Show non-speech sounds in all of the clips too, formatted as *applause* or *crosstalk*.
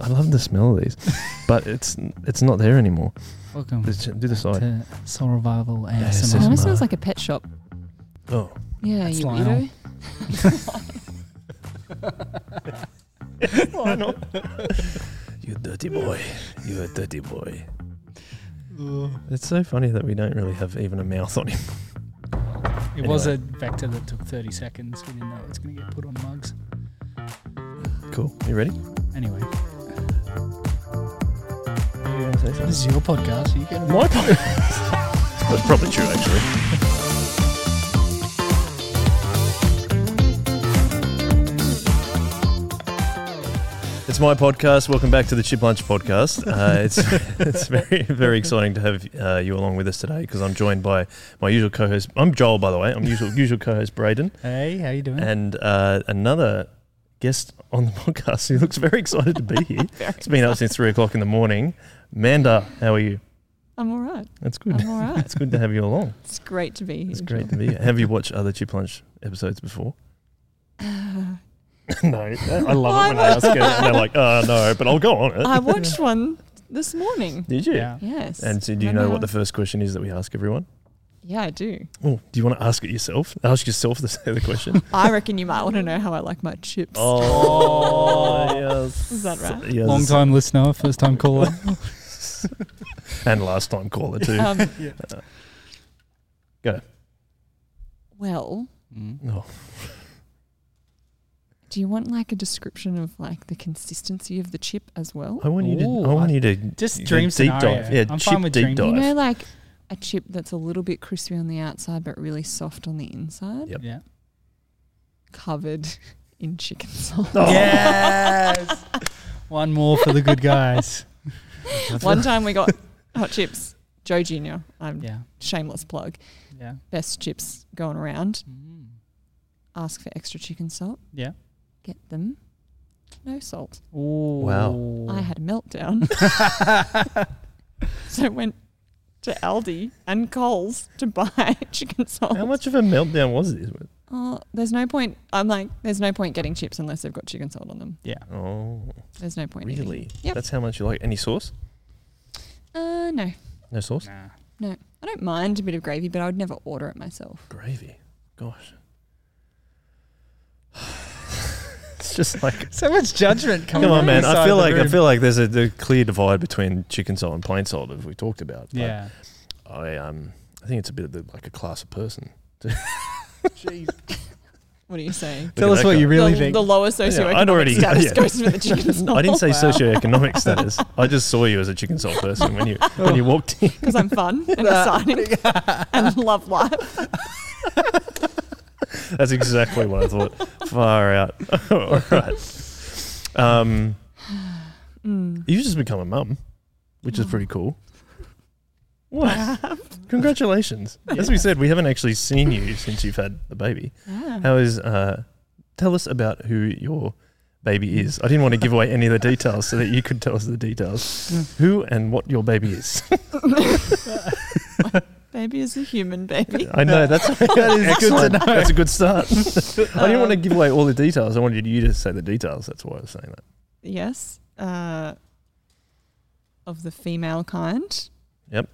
I love the smell of these, but it's it's not there anymore. Welcome Let's do the side. to Soul Revival Yes, ASMR. This is Kind of smells mine. like a pet shop. Oh, Yeah, That's you Lionel. weirdo. *laughs* *laughs* Lionel, you dirty boy, you a dirty boy. It's so funny that we don't really have even a mouth on him. It was Anyway. a vector that took 30 seconds. We didn't know it's going to get put on mugs. Cool. You ready? Anyway, You want to say something? this is your podcast. You get My point. *laughs* That's probably true, actually. It's my podcast. Welcome back to the Chip Lunch Podcast. Uh, it's *laughs* it's very very exciting to have uh, you along with us today because I'm joined by my usual co-host. I'm Joel, by the way. I'm usual usual co-host Braden, Hey, how you doing? and uh, another guest on the podcast who looks very excited to be here. It's been up since three o'clock in the morning. Manda, how are you? I'm all *laughs* right. That's good. I'm all right. It's good to have you along. It's great to be here. It's great to be here. Have you watched other Chip Lunch episodes before? Uh, *laughs* no, I love it when I ask it. And they're like, oh, no, but I'll go on it. *sighs* *laughs* I watched one this morning. Did you? Yeah. Yes. And so do you know what the first question is that we ask everyone? Yeah, I do. Oh, do you want to ask it yourself? Ask yourself the, *laughs* the question. I reckon you might want to know how I like my chips. *laughs* oh, yes. Is that right? Yes. Long time listener, first time *laughs* caller. *laughs* And last time caller, *laughs* too. Um, Go. Well, Mm. Oh, do you want like a description of like the consistency of the chip as well? I want you to. Ooh, I want I- you to just do dream deep scenario. dive. Yeah, I'm chip fine with deep dream. dive. You know, like a chip that's a little bit crispy on the outside but really soft on the inside, Yep. Yeah. covered *laughs* in chicken sauce. Oh. Yes. One more for the *laughs* good guys. *laughs* One time we got hot chips. Joe Jr. I'm Yeah. shameless plug. Yeah. Best chips going around. Mm. Ask for extra chicken salt. Yeah. Get them. No salt. Ooh. Wow. I had *laughs* a meltdown. so I went to Aldi and Coles to buy *laughs* chicken salt. How much of a meltdown was this? Oh, there's no point. I'm like, there's no point getting chips unless they've got chicken salt on them. Oh, There's no point. eating really? it. Yep. That's how much you like. Any sauce? Uh, no. No sauce? Nah. I don't mind a bit of gravy, but I would never order it myself. Gravy. Gosh. *sighs* it's just like So much judgment come coming. on, from man. this I side feel of the like I room. feel like there's a, the clear divide between chicken salt and plain salt as we talked about. but Yeah. I um I think it's a bit of the, like a class of person. What are you saying? Look at that guy. the, The lower socioeconomic I'd already- *laughs* status yeah. goes for the chicken *laughs* salt. I didn't say Wow. *laughs* socioeconomic status. I just saw you as a chicken salt person when you Oh. when you walked in. because I'm fun and *laughs* *laughs* exciting *laughs* and love life. That's exactly what I thought. Far out. *laughs* All right. Um, Mm. you just become a mum, which is Oh. pretty cool. I What? have. Congratulations. As we said, we haven't actually seen you since you've had the baby. Yeah. *laughs* How is, uh, tell us about who your baby is. I didn't want to give away any of the details so that you could tell us the Mm. details. who and what your baby is. baby is a human baby. I know, *laughs* that's, excellent. That's a good start. I didn't want to Um, give away all the details. I wanted you to say the details. That's why I was saying that. Yes. Uh, of the female kind. Yep.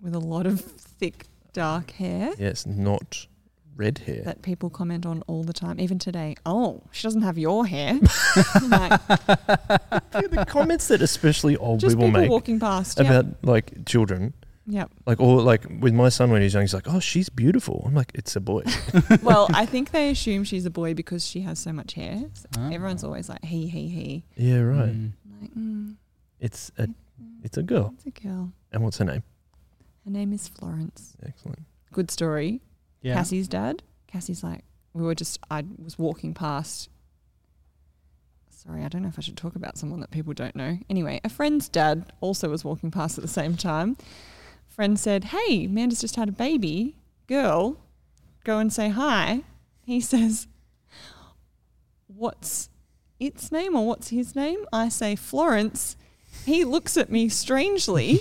With a lot of thick, dark hair Yes, not red hair. that people comment on all the time, even today. Oh, she doesn't have *laughs* your hair. I'm like, the comments that *laughs* especially old just people people make walking past. about like children yep. Like or like with my son when he's young, he's like, "Oh, she's beautiful." I'm like, "It's a *laughs* boy." Yep. well, I think they assume she's a boy because she has so much hair. So Ah. Everyone's always like, he, he, he. yeah, right. Mm. I'm like, mm, It's a it's a girl. it's a girl. And what's her name? Her name is Florence. Excellent. *laughs* Good story. Yeah. Cassie's dad. Cassie's like, we were just, I was walking past. Sorry, I don't know if I should talk about someone that people don't know. Anyway, a friend's dad also was walking past at the same time. Friend said, Hey, Amanda's just had a baby. Girl, go and say hi. He *laughs* says, What's its name or what's his name? I say, Florence. He looks at me strangely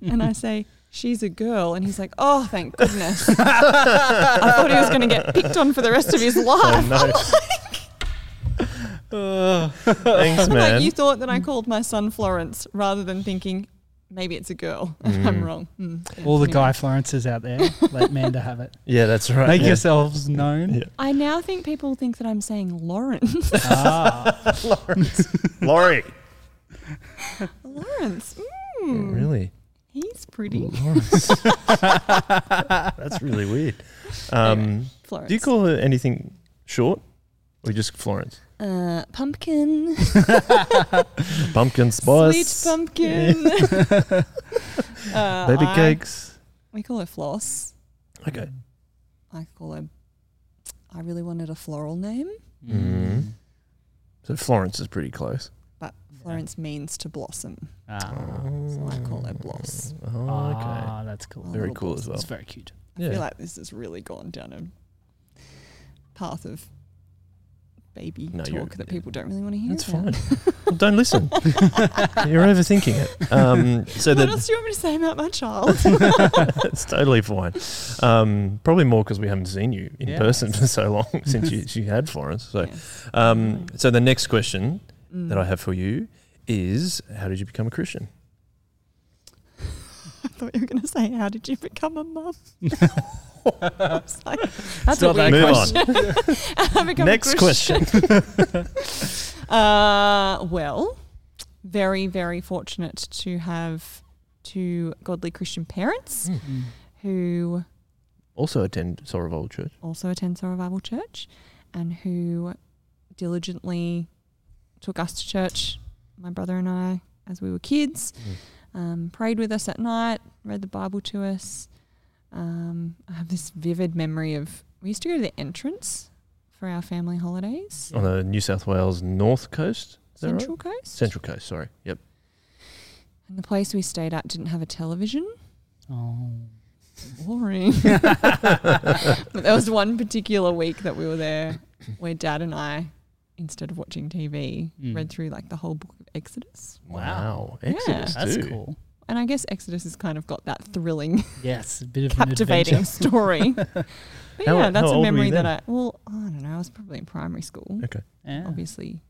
and I say, She's a girl. And he's like, Oh, thank *laughs* goodness. I thought he was going to get picked on for the rest of his life. Oh, no. *laughs* *laughs* Thanks, man. Like you thought that I called my son Florence rather than thinking maybe it's a girl. *laughs* and I'm Mm. wrong. Mm, yeah. All the Anyway. Guy Florences out there, let Manda have it. yeah, that's right. Make yeah. yourselves known. Yeah. I now think people think that I'm saying Lawrence. Ah, Lawrence. Laurie. *laughs* Lawrence. Mm, Really? He's pretty. Lawrence. *laughs* *laughs* that's really weird. Um, Florence. Do you call her anything short? Or just Florence? uh, pumpkin? *laughs* Pumpkin spice. Sweet *laughs* pumpkin. uh, *laughs* Baby I- cakes. We call her Floss. Okay. I call her. I really wanted a floral name, Mm. So Florence is pretty close. but Florence means to blossom. Ah, So I call her Bloss. Oh, okay. ah, that's cool. Oh, Very little cool Bloss. as well. It's very cute. I Yeah. feel like this has really gone down a path of baby No, you're- talk that people don't really want to hear. That's about. *laughs* fine. *laughs* well, don't listen. You're overthinking *laughs* it. Um, so What that *laughs* else do you want me to say about my child? it's totally fine. Um, probably more because we haven't seen you in Yeah. person *laughs* for so long since you, you had Florence. So, Yes. um, so the next question Mm. that I have for you is, how did you become a Christian? *laughs* I thought you were going to say, "How did you become a mum?" *laughs* I was like, That's Uh, That's a not that weird Move question. on. *laughs* I become a Next question. *laughs* Uh, well, very, very fortunate to have two godly Christian parents Mm. Mm-hmm. who also attend Soravol Church. also attend Soul Revival Church and who diligently took us to church, my brother and I, as we were kids, Mm. um, prayed with us at night, read the Bible to us. Um, I have this vivid memory of we used to go to the entrance for our family holidays, on the New South Wales north coast. Is that right? Central Coast. Central coast. Sorry. Yep. And the place we stayed at didn't have a television. Oh. *laughs* Boring. *laughs* but there was one particular week that we were there where dad and I, instead of watching TV, Mm. read through like the whole book of Exodus. Hmm. Wow. Wow. Exodus That's too. cool. And I guess Exodus has kind of got that thrilling, Yes, a bit of an captivating adventure. story. But *laughs* *laughs* How- yeah, how that's old a were you memory then? that I, well, I don't know, I was probably in primary school. Okay. Yeah. obviously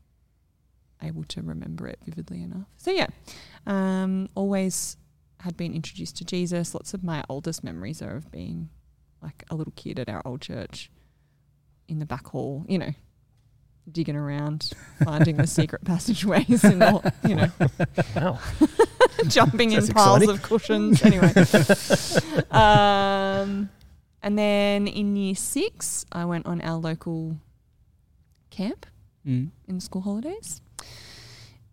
*laughs* able to remember it vividly enough. So yeah, um, always had been introduced to Jesus. Lots of my oldest memories are of being like a little kid at our old church in the back hall, you know, digging around, finding *laughs* the secret passageways and all, you know, Wow. jumping in That's piles exciting. of cushions. *laughs* Anyway. um, and then in year six, I went on our local camp Mm. in school holidays.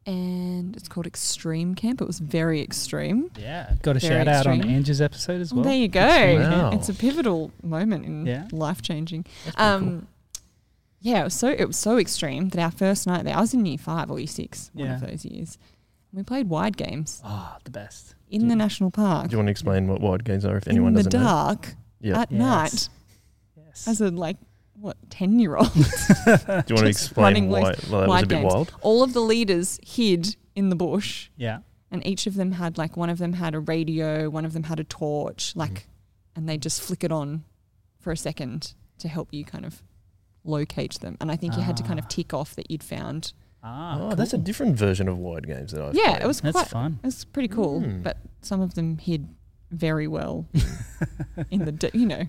And it's called Extreme Camp. It was very extreme. Yeah. Got a Very shout out on extreme. Angie's episode as well. there you go. Extreme Wow. It's a pivotal moment in Yeah. life changing. That's pretty cool. Um, yeah, it was so it was so extreme that our first night there, I was in year five or year six, one of Yeah. those years. We played wide games Ah, the best. in the national park. Do you want to explain what wide games are if anyone in the doesn't know? dark Yeah. at Yes. night Yes. as a like what ten year old. Do you want to just explain running why loose why that was wide a bit games. wild? *laughs* All of the leaders hid in the bush yeah. and each of them had like one of them had a radio, one of them had a Mm-hmm. torch, like, and they just flick it on for a second to help you kind of locate them. And I think you had to kind Ah. of tick off that you'd found. Ah. Oh, that's a cool. different version of wide games that I've yeah, played. it was That's quite. fun. It was pretty cool, Mm. but some of them hid *laughs* very well in the d- you know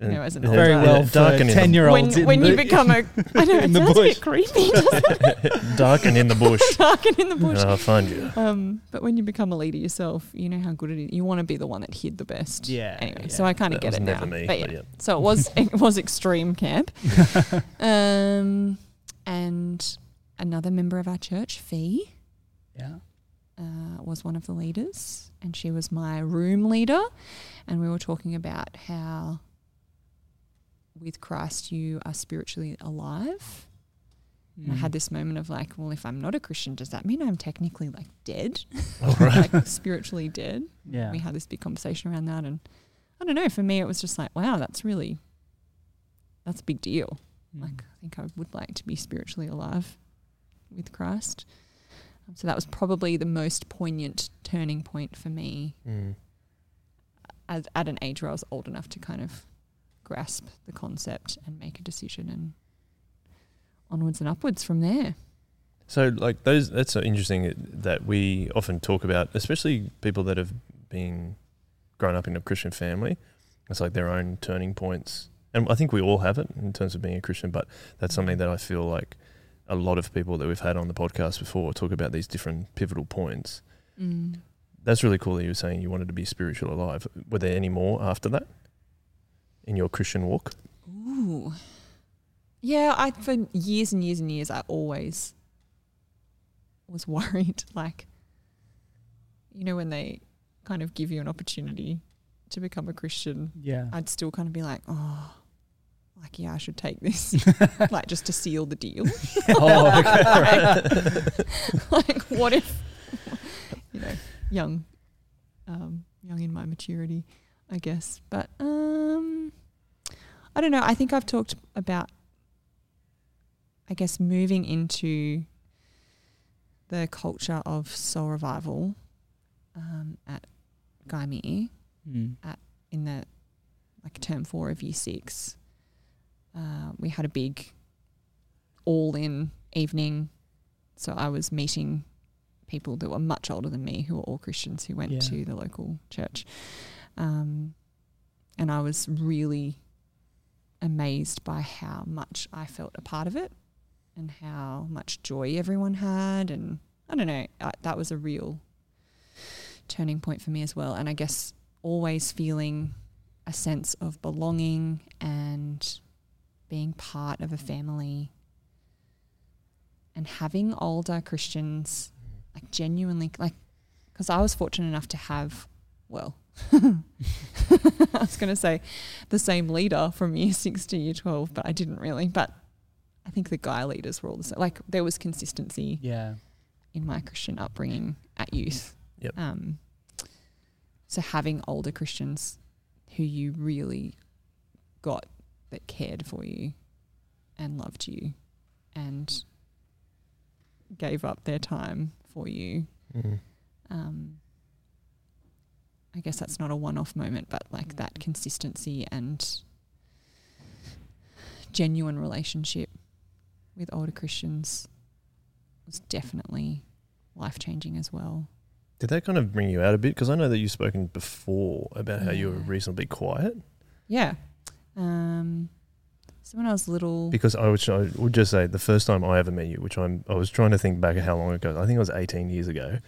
And- you know, as an and older- Very Yeah, well dark for and in the- ten year when olds. when you *laughs* become a I know in it the sounds a bush. bit creepy, doesn't it? Dark and in the bush. Uh-huh. dark and in the *laughs* bush. and I'll find you. Um, but when you become a leader yourself, you know how good it is. You want to be the one that hid the best. Yeah, Anyway, yeah. so I kind of That get was it never now. me. But yeah. but yeah. So it was *laughs* it was extreme camp. um, and another member of our church, Fee, *laughs* yeah. uh, was one of the leaders, and she was my room leader, and we were talking about how with Christ you are spiritually alive. And I had Mm. this moment of like, well, if I'm not a Christian, does that mean I'm technically like dead, All right. like spiritually dead? Mm. Yeah. we had this big conversation around that and i don't know for me it was just like wow that's really that's a big deal Mm. like i think i would like to be spiritually alive with christ Um, so that was probably the most poignant turning point for me Mm. as, at an age where i was old enough to kind of grasp the concept and make a decision and onwards and upwards from there. So, like those, that's so interesting that we often talk about, especially people that have been grown up in a Christian family. It's like their own turning points, and I think we all have it in terms of being a Christian. But that's something that I feel like a lot of people that we've had on the podcast before talk about these different pivotal points. Mm. That's really cool that you were saying you wanted to be spiritual alive. Were there any more after that in your Christian walk? Ooh. Yeah, I for years and years and years I always was *laughs* worried like you know when they kind of give you an opportunity to become a Christian, Yeah. *laughs* I'd still kind of be like, "Oh, like yeah, I should *laughs* take this." like just to seal *laughs* the deal. *laughs* Oh, okay, like what if *laughs* you know, young um young in my maturity, I guess. But um I don't know. I think I've talked about, I guess, moving into the culture of soul revival um, at Gaimie Mm. in the like term four of year six. Uh, we had a big all in evening. So I was meeting people that were much older than me who were all Christians who went Yeah. to the local church. Um, and I was really amazed by how much I felt a part of it and how much joy everyone had. And I don't know, I, that was a real turning point for me as well. And I guess always feeling a sense of belonging and being part of a family and having older Christians like genuinely like because I was fortunate enough to have well *laughs* I was going to say the same leader from year *laughs* 6 to year 12 but I didn't really but I think the guy leaders were all the same like there was consistency Yeah. in my Christian upbringing at youth. Yep. Um, so having older Christians who you really got that cared for you and loved you and gave up their time for you. Mhm. Um, I guess that's not a one off moment, but like that consistency and genuine relationship with older Christians was definitely life changing as well. Did that kind of bring you out a bit? Because I know that you've spoken before about how you were Yeah. reasonably quiet. Yeah. Um, so when I was little, *laughs* Because I would, I would just say the first time I ever met you, which I'm, I was trying to think back at how long ago. I think it was 18 years ago.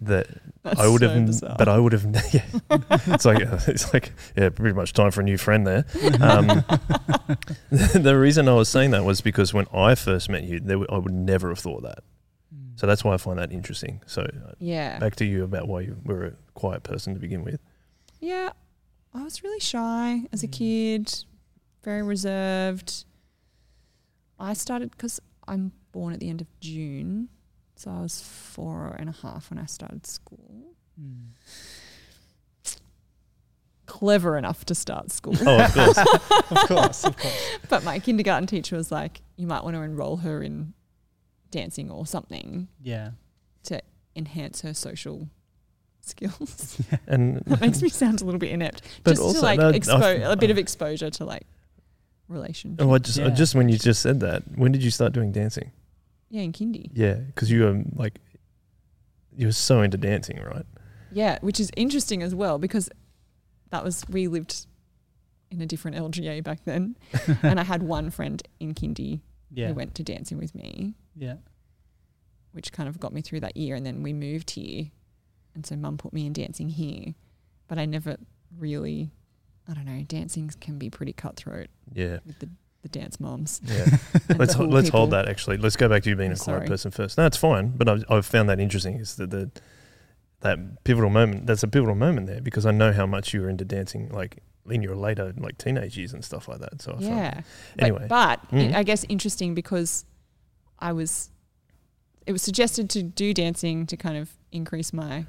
that I would have, but I would have. *laughs* Yeah, it's like uh, it's like yeah, pretty much time for a new friend there. Um, *laughs* the reason I was saying that was because when I first met you, there, w- I would never have thought that. Mm. So that's why I find that interesting. So uh, yeah, back to you about why you were a quiet person to begin with. yeah. I was really shy as a Mm. kid, very reserved. I started because I'm born at the end of June, so I was four and a half when I started school. Mm. Clever enough to start school. Oh, of *laughs* course. of course, of course. but my kindergarten teacher was like, you might want to enroll her in dancing or something, Yeah. enhance her social skills. *laughs* and that makes me sound a little bit inept. But just also to like that- expo- I- a bit of exposure to like relationships. oh, I just I Yeah. just when you just said that, when did you start doing dancing? Yeah, in kindy. Yeah, because you were um, like, you were so into dancing, right? Yeah, which is interesting as well because that was we lived in a different LGA back *laughs* then, and I had one friend in kindy *laughs* Yeah. who went to dancing with me, Yeah. which kind of got me through that year. And then we moved here, and so mum put me in dancing here, but I never really, I don't know, dancing can be pretty cutthroat Yeah, with the the dance *laughs* moms. yeah. *laughs* and let's the ho- cool let's hold people. that actually. Let's go back to you being I'm a quiet sorry. person first. No, it's fine. But I've, I've found that interesting is that the that pivotal moment. That's a pivotal moment there because I know how much you were into dancing, like in your later like teenage years and stuff like that. So I found- Yeah. Anyway. But, but Mm. I guess interesting because I was, it was suggested to do dancing to kind of increase my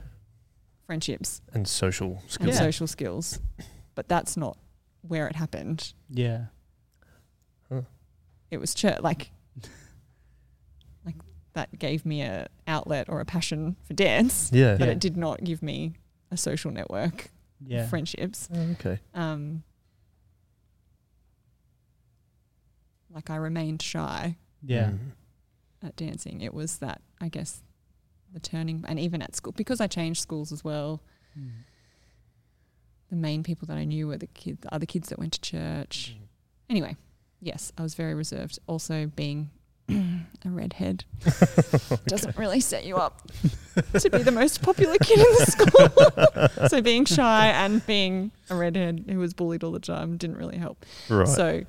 friendships and social and skills. Yeah. social skills, but that's not where it happened. Yeah. It was church, like, *laughs* like that gave me a outlet or a passion for dance, Yeah. but Yeah. it did not give me a social network, Yeah. friendships. Oh, okay. Um, like I remained shy Yeah. Mm. at dancing. It was that, I guess, the turning, and even at school, because I changed schools as well, Mm. the main people that I knew were the, kid, the other kids that went to Mm-hmm. church. Mm. Anyway, yes, I was very reserved. Also, being *clears throat* a *laughs* redhead doesn't really set you up to be the most popular kid in the school. *laughs* *laughs* so, being shy and being a redhead who was bullied all the time didn't really help. *laughs* Right. So,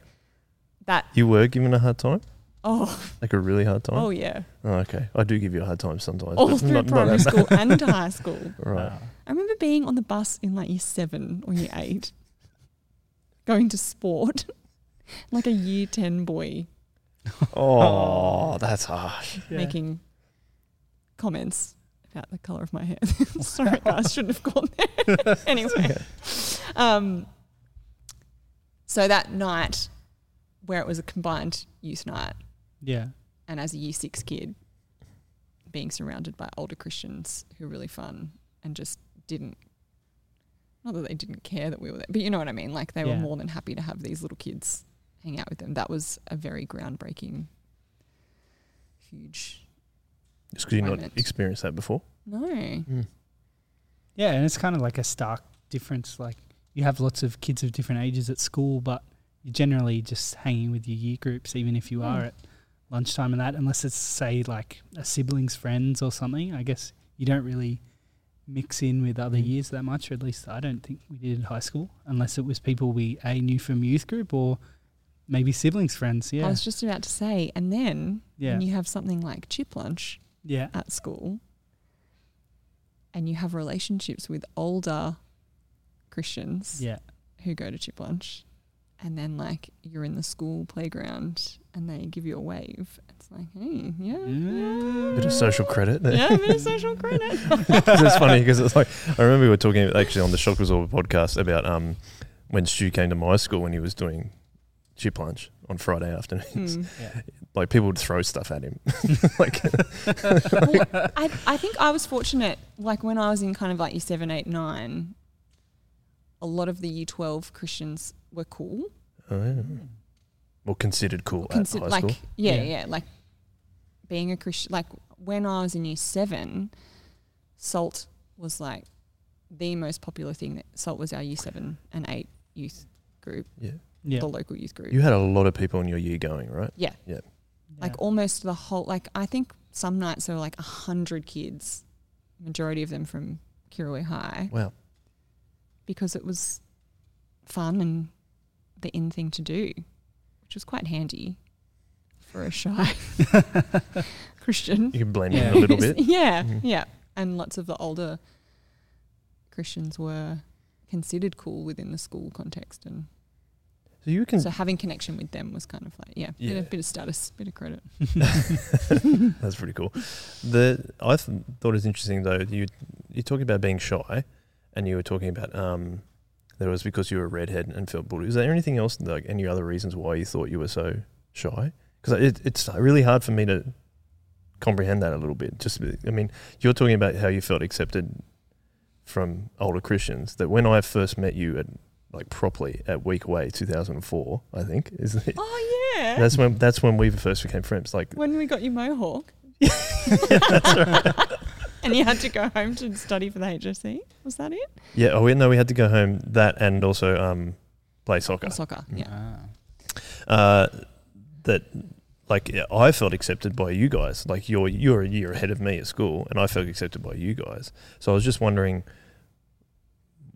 that, you were given a hard time, oh, like a really hard time. oh yeah, Oh, okay. I do give you a hard time sometimes. all but through not- not primary that school *laughs* and high school. bad. Right. Ah. I remember being on the bus in like year seven or year eight, going to sport, *laughs* like a year 10 boy Oh, that's harsh. Yeah. making comments about the color of my hair. *laughs* Sorry, guys, shouldn't have gone there. anyway, um, so that night where it was a combined youth night, Yeah. and as a year six kid, being surrounded by older Christians who were really fun and just didn't, not that they didn't care that we were there, but you know what I mean? Like they were Yeah. more than happy to have these little kids hang out with them. That was a very groundbreaking, huge. Just because you've not Moment. Hmm. experienced that before. No. Yeah, and it's kind of like a stark difference. Like you have lots of kids of different ages at school, but you're generally just hanging with your year groups, even if you are Mm. at lunchtime and that. Unless it's say like a sibling's friends or something, I guess you don't really mix in with other Mm. years that much. Or at least I don't think we did in high school, unless it was people we a knew from youth group or maybe siblings' friends. I Yeah, was just about to say, and then yeah, when you have something like chip lunch yeah, at school and you have relationships with older Christians. yeah. who go to chip lunch and then like you're in the school playground and they give you a wave. It's like, hey, yeah. yeah. Bit of social credit. *laughs* there. Yeah, a bit of *laughs* social credit. it's funny because it's like I remember we were talking actually on the Shock Absorber podcast about um when Stu came to my school when he was doing chip lunch on Friday afternoons. Mm. Like people would throw stuff at *laughs* him. *laughs* like I, I think I was fortunate, like when I was in kind of like year seven, eight, nine, a lot of the year 12 Christians were cool. oh, yeah. well considered cool Consi- at high like, school. yeah, Yeah. yeah, like being a Christian. Like when I was in year seven, salt was like the most popular thing. That salt was our year seven and eight youth group, Yeah. yeah. the local youth group. You had a lot of people in your year going, right? like Yeah. almost the whole. Like I think some nights there were like a hundred kids, majority of them from Kirawee High, Wow. because it was fun and the in thing to do, which was quite handy for *laughs* a shy Christian. You can blend Yeah. in a little bit. *laughs* yeah, Mhm. yeah. And lots of the older Christians were considered cool within the school context, and So you can so having connection with them was kind of like, yeah, Bit, Hmm. Yeah. of, bit of status, bit of credit. *laughs* That's pretty cool. The I th- thought it was interesting though. You you're talking about being shy, and you were talking about um that it was because you were a redhead and felt bullied. Is there anything else like any other reasons why you thought you were so shy? Because it, it's really hard for me to comprehend that a little bit. Just I mean, you're talking about how you felt accepted from older Christians. That when I first met you at like properly at Week Way 2004, I think is it, Oh yeah, that's when that's when we first became friends. Like when we got your *laughs* mohawk. *laughs* and you had to go home to study for the HSC. Was that it? Yeah. Oh, we, no, we had to go home that and also um, play soccer. Or soccer. Mm. Yeah. Ah. Uh, that like yeah, I felt accepted by you guys. Like you're you're a year ahead of me at school, and I felt accepted by you guys. So I was just wondering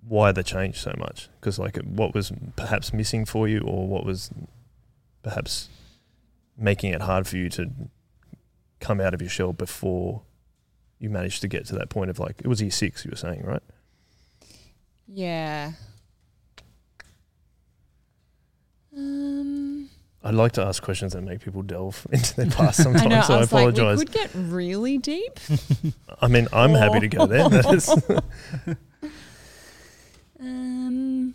why the change so much because like what was perhaps missing for you or what was perhaps making it hard for you to come out of your shell before you managed to get to that point of like it was year six you were saying right Yeah. Um. *laughs* I'd like to ask questions that make people delve *laughs* into their *laughs* past sometimes, I know. so I I, was like, we apologize. could get really deep. I mean, I'm happy to go there. *laughs* That is, *laughs* Um,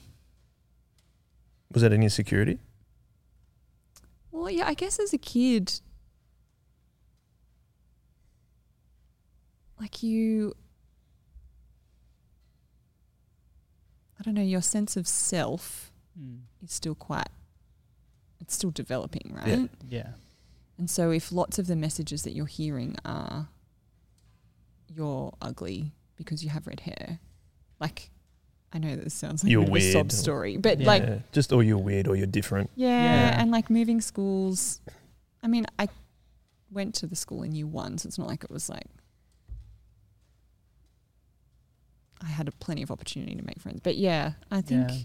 was that an insecurity? well, yeah, I guess as a kid, like you, I don't know, your sense of self Mm. is still quite, it's still developing, right? Yeah. Yeah. And so, if lots of the messages that you're hearing are, you're ugly because you have red hair, like, I know this sounds like You're a, bit of a weird. sob story, but Yeah. like, yeah, just or you're weird or you're different. yeah, Yeah. and like moving schools. I mean, I went to the school in year one, so it's not like it was like I had a plenty of opportunity to make friends. But yeah, I think Yeah.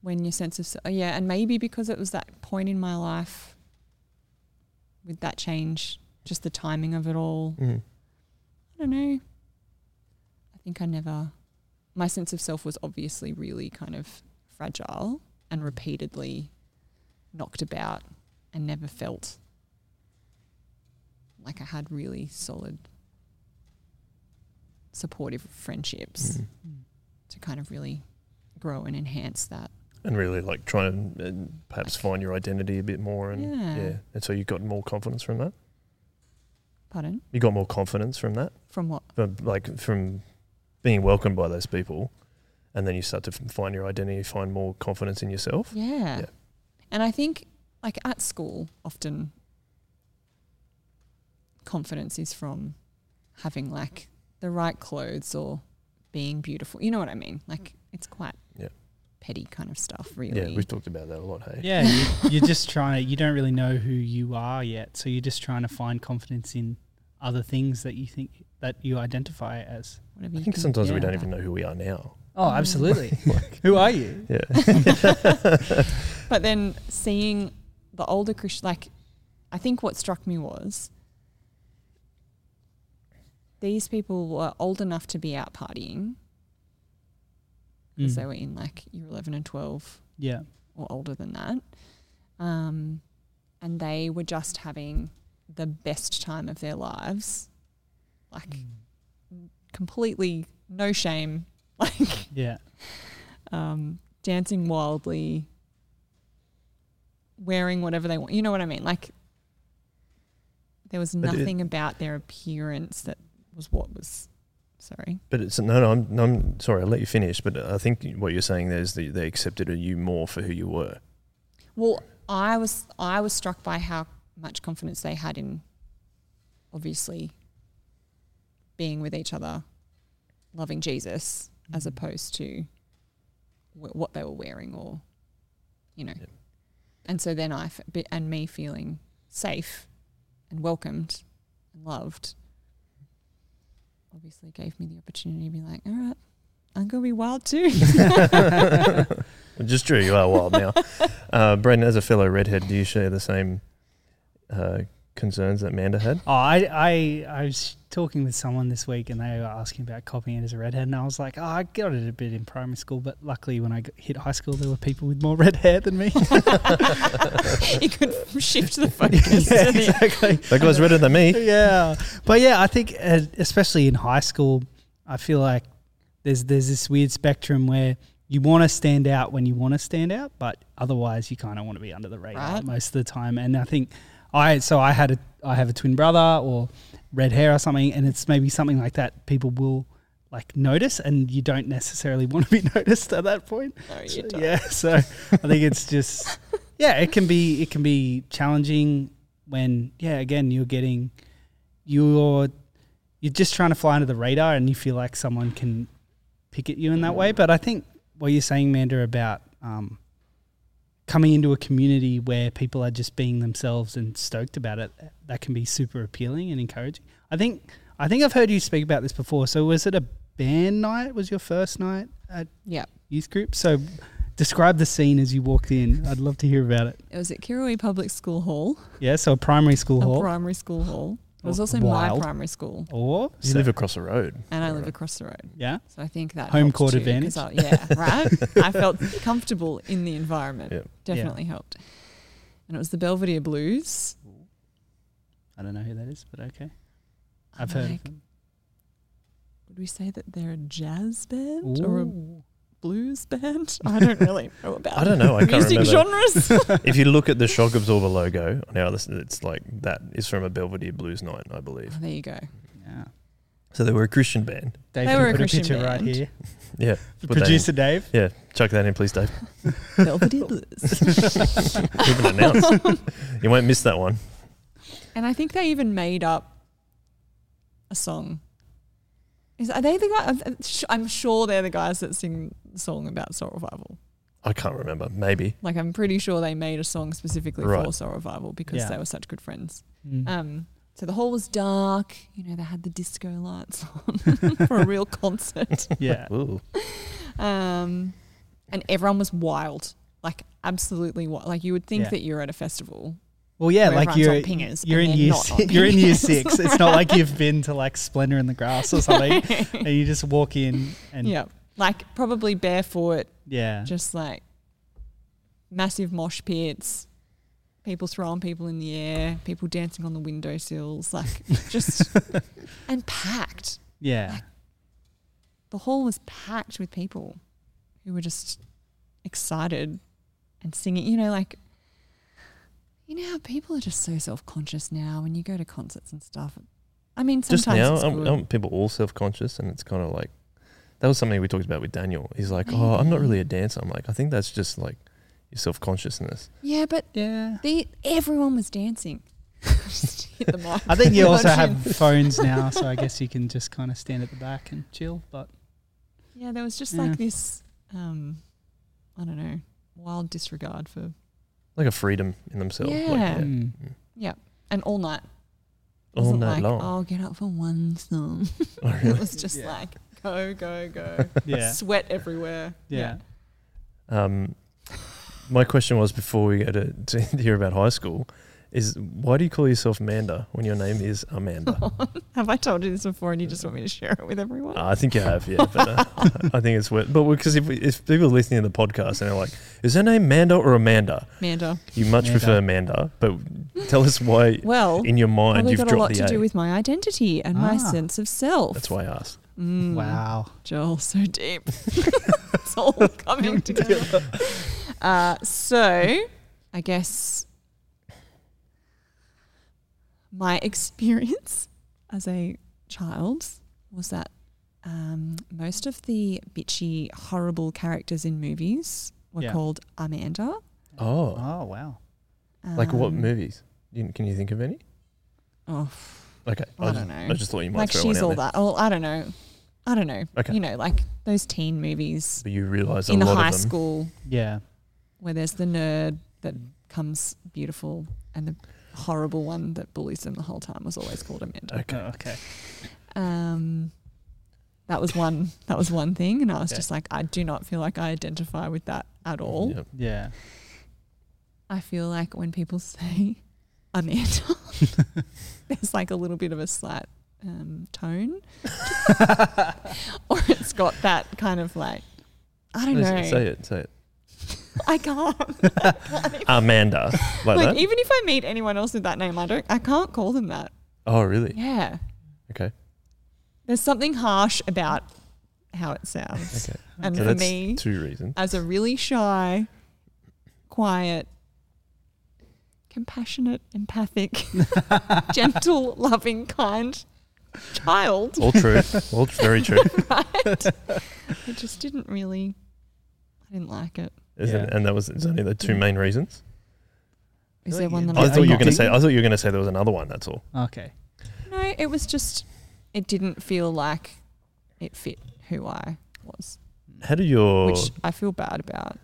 when your sense of se- oh, yeah, and maybe because it was that point in my life with that change, just the timing of it all. Mm. I don't know. I think I never. My sense of self was obviously really kind of fragile and repeatedly knocked about and never felt like I had really solid, supportive friendships Mm. Hmm. to kind of really grow and enhance that. And really like try and, and perhaps find your identity a bit more and Yeah. And so you got more confidence from that? Pardon? You got more confidence from that? From what? From, like from being welcomed by those people and then you start to f- find your identity, find more confidence in yourself. Yeah. Yeah. And I think, like at school, often confidence is from having like the right clothes or being beautiful. You know what I mean? Like it's quite Yeah. petty kind of stuff, really. Yeah, we've talked about that a lot, hey? Yeah, you, you're just trying to, you don't really know who you are yet. So you're just trying to find confidence in other things that you think that you identify as. Whatever I you think can- sometimes we yeah. don't even *laughs* know who we are now. Oh, Mm. *laughs* absolutely. who are you? Yeah. *laughs* But then seeing the older Christian, like, I think what struck me was these people were old enough to be out partying because Mm. they were in like year 11 and 12. Yeah. or older than that. Um, and they were just having the best time of their lives. Like, Mm. completely no shame. *laughs* Like, Yeah. um, dancing wildly, wearing whatever they want. You know what I mean? Like, there was But it- nothing about their appearance that was what was. Sorry. But it's no, no. I'm, no, I'm sorry. I'll let you finish. But I think what you're saying there is that they accepted you more for who you were. *laughs* Well, I was I was struck by how much confidence they had in obviously being with each other, loving Jesus, as Mm. opposed to wh- what they were wearing or you know. Yep. And so then I f- be- and me feeling safe and welcomed and loved obviously gave me the opportunity to be like, all right, I'm gonna be wild too. *laughs* Which is true. You are wild now. Uh, Brendan, as a fellow redhead, do you share the same uh, concerns that Manda had? Oh, I, I, I was talking with someone this week and they were asking about copying it as a redhead. And I was like, oh, I got it a bit in primary school, but luckily when I got, hit high school, there were people with more red hair *laughs* than me. *laughs* you could shift the focus. yeah, to the- exactly. That guy's redder than me. *laughs* yeah, but yeah, I think uh, especially in high school, I feel like there's there's this weird spectrum where you want to stand out when you want to stand out, but otherwise you kind of want to be under the radar Right. most of the time. And I think I so I had a I have a twin brother or red hair or something, and it's maybe something like that. People will like notice, and you don't necessarily *laughs* want to be noticed at that point. No, you So, don't. yeah *laughs* so i think it's just yeah it can be it can be challenging when yeah again you're getting you're you're just trying to fly under the radar and you feel like someone can pick at you in that way but i think what you're saying manda about um, coming into a community where people are just being themselves and stoked about it that can be super appealing and encouraging i think i think i've heard you speak about this before so was it a band night was your first night at Yep. youth group. So describe the scene as you walked in. I'd love to hear about it. It was at Kirrawee Public School Hall, Yeah, so a primary school a hall. primary school hall. It was Oh, also wild. my primary school, or You so- live across the road. and I live Right. across the road. yeah. So I think that Home helped court too, advantage. 'cause I, *laughs* yeah, right. I felt comfortable in the environment. Yeah. Definitely helped. And it was the Belvedere Blues. I don't know who that is, but okay. I've I'm heard like, of them. Would we say that they're a jazz band or a Ooh. blues band? I don't really *laughs* know about. I don't know. I can't music remember. genres. *laughs* If you look at the shock absorber logo now, this it's like that is from a Belvedere Blues night, I believe. there you go. Yeah. So they were a Christian band. Dave They can were a put a Christian picture right band. here. *laughs* Yeah. put that in. Producer Dave. Yeah. Chuck that in, please, Dave. Belvedere Blues. Even announced. you won't miss that one. And I think they even made up a song. Is are they the guy? I'm sure they're the guys that sing the song about Soul Revival. I can't remember. Maybe. Like I'm pretty sure they made a song specifically for Right. Soul Revival because Yeah. they were such good friends. Mm. Um, so the hall was dark. You know, they had the disco lights on *laughs* for a real concert. yeah. *laughs* Ooh. Um, and everyone was wild, like absolutely wild. Like you would think Yeah. that you're at a festival. Well, yeah, where like everyone's you're on pingers you're and in they're year not on six, *laughs* you're in year pingers. six. It's not like you've been to like Splendor in the Grass or *laughs* something, and you just walk in and yeah, yeah, like probably barefoot, yeah, just like massive mosh pits, people throwing people in the air, people dancing on the windowsills, *laughs* like just and packed. The hall was packed with people who were just excited and singing. You know, like you know how people are just so self conscious now when you go to concerts and stuff. I mean, sometimes Just now, Um, it's aren't, good. aren't people all self conscious? And it's kind of like, that was something we talked about with Daniel. He's like, oh, I'm not really a dancer. I'm like, I think that's just like your self consciousness. yeah, but yeah. the everyone was dancing. *laughs* Just hit the mic. I *laughs* think you also Imagine. have phones now, so I guess you can just kind of stand at the back and chill. But Yeah, there was just Yeah. like this, um, I don't know, wild disregard for. Like a freedom in themselves. Like, *laughs* Yeah. Mm. And all night. It All wasn't night like, long. I'll get up for one song. *laughs* Oh, it really? was just Yeah. like, go, go, *laughs* go. yeah, Sweat everywhere. yeah, Um, my question was before we go to, *laughs* to hear about high school is why do you call yourself Amanda when your name is *laughs* Amanda? Uh, Have I told you this before and you just want me to share it with everyone? Uh, I think you have, yeah. But uh, *laughs* I think it's worth. But because if, we- if people are listening to the podcast and they're like, "Is her name Manda or Amanda?" Amanda. You much Amanda. prefer Amanda. But tell us why Well, in your mind probably you've got a lot dropped to the do A. with my identity and my Ah. sense of self. That's why I asked. Mm. Wow. Joel, so deep. *laughs* it's all coming together. Uh, so, I guess my experience as a child was that um, most of the bitchy, horrible characters in movies were Yeah. called Amanda. Oh, Oh wow. like what Um, movies? You, can you think of any? Oh, Okay, I just, don't know. I just thought you might like throw she's one out all there. that. Oh, I don't know. I don't know. Okay. You know, like those teen movies But you realise a in the lot high of them. school. Yeah, where there's the nerd that comes beautiful and the horrible one that bullies them the whole time was always called Amanda. Okay. Oh, okay. Um, that was one. That was one thing, and I was Okay. just like, I do not feel like I identify with that at all. Yeah. *laughs* Yeah, I feel like when people *laughs* say *laughs* Amanda, there's like a little bit of a slight um, tone, or it's got that kind of like, I don't know, Say- Say it. Say it. *laughs* I can't. Amanda, like, Like that. even if I meet anyone else with that name, I don't. I can't call them that. oh, really? Yeah. Okay. There's something harsh about how it sounds. Okay. And So *laughs* for that's me, two *laughs* reasons. as a really shy, quiet, compassionate, empathic, *laughs* gentle, loving, kind child, *laughs* All true. All very true. right? It just didn't really, I didn't like it. *laughs* Isn't Yeah. And that was it's only the Mm. two main reasons. Is Really? there one that Yeah, I I thought you were got going to it. say. I thought you were going to say there was another one. That's all. okay. No, it was just, it didn't feel like it fit who I was, How do your? which I feel bad about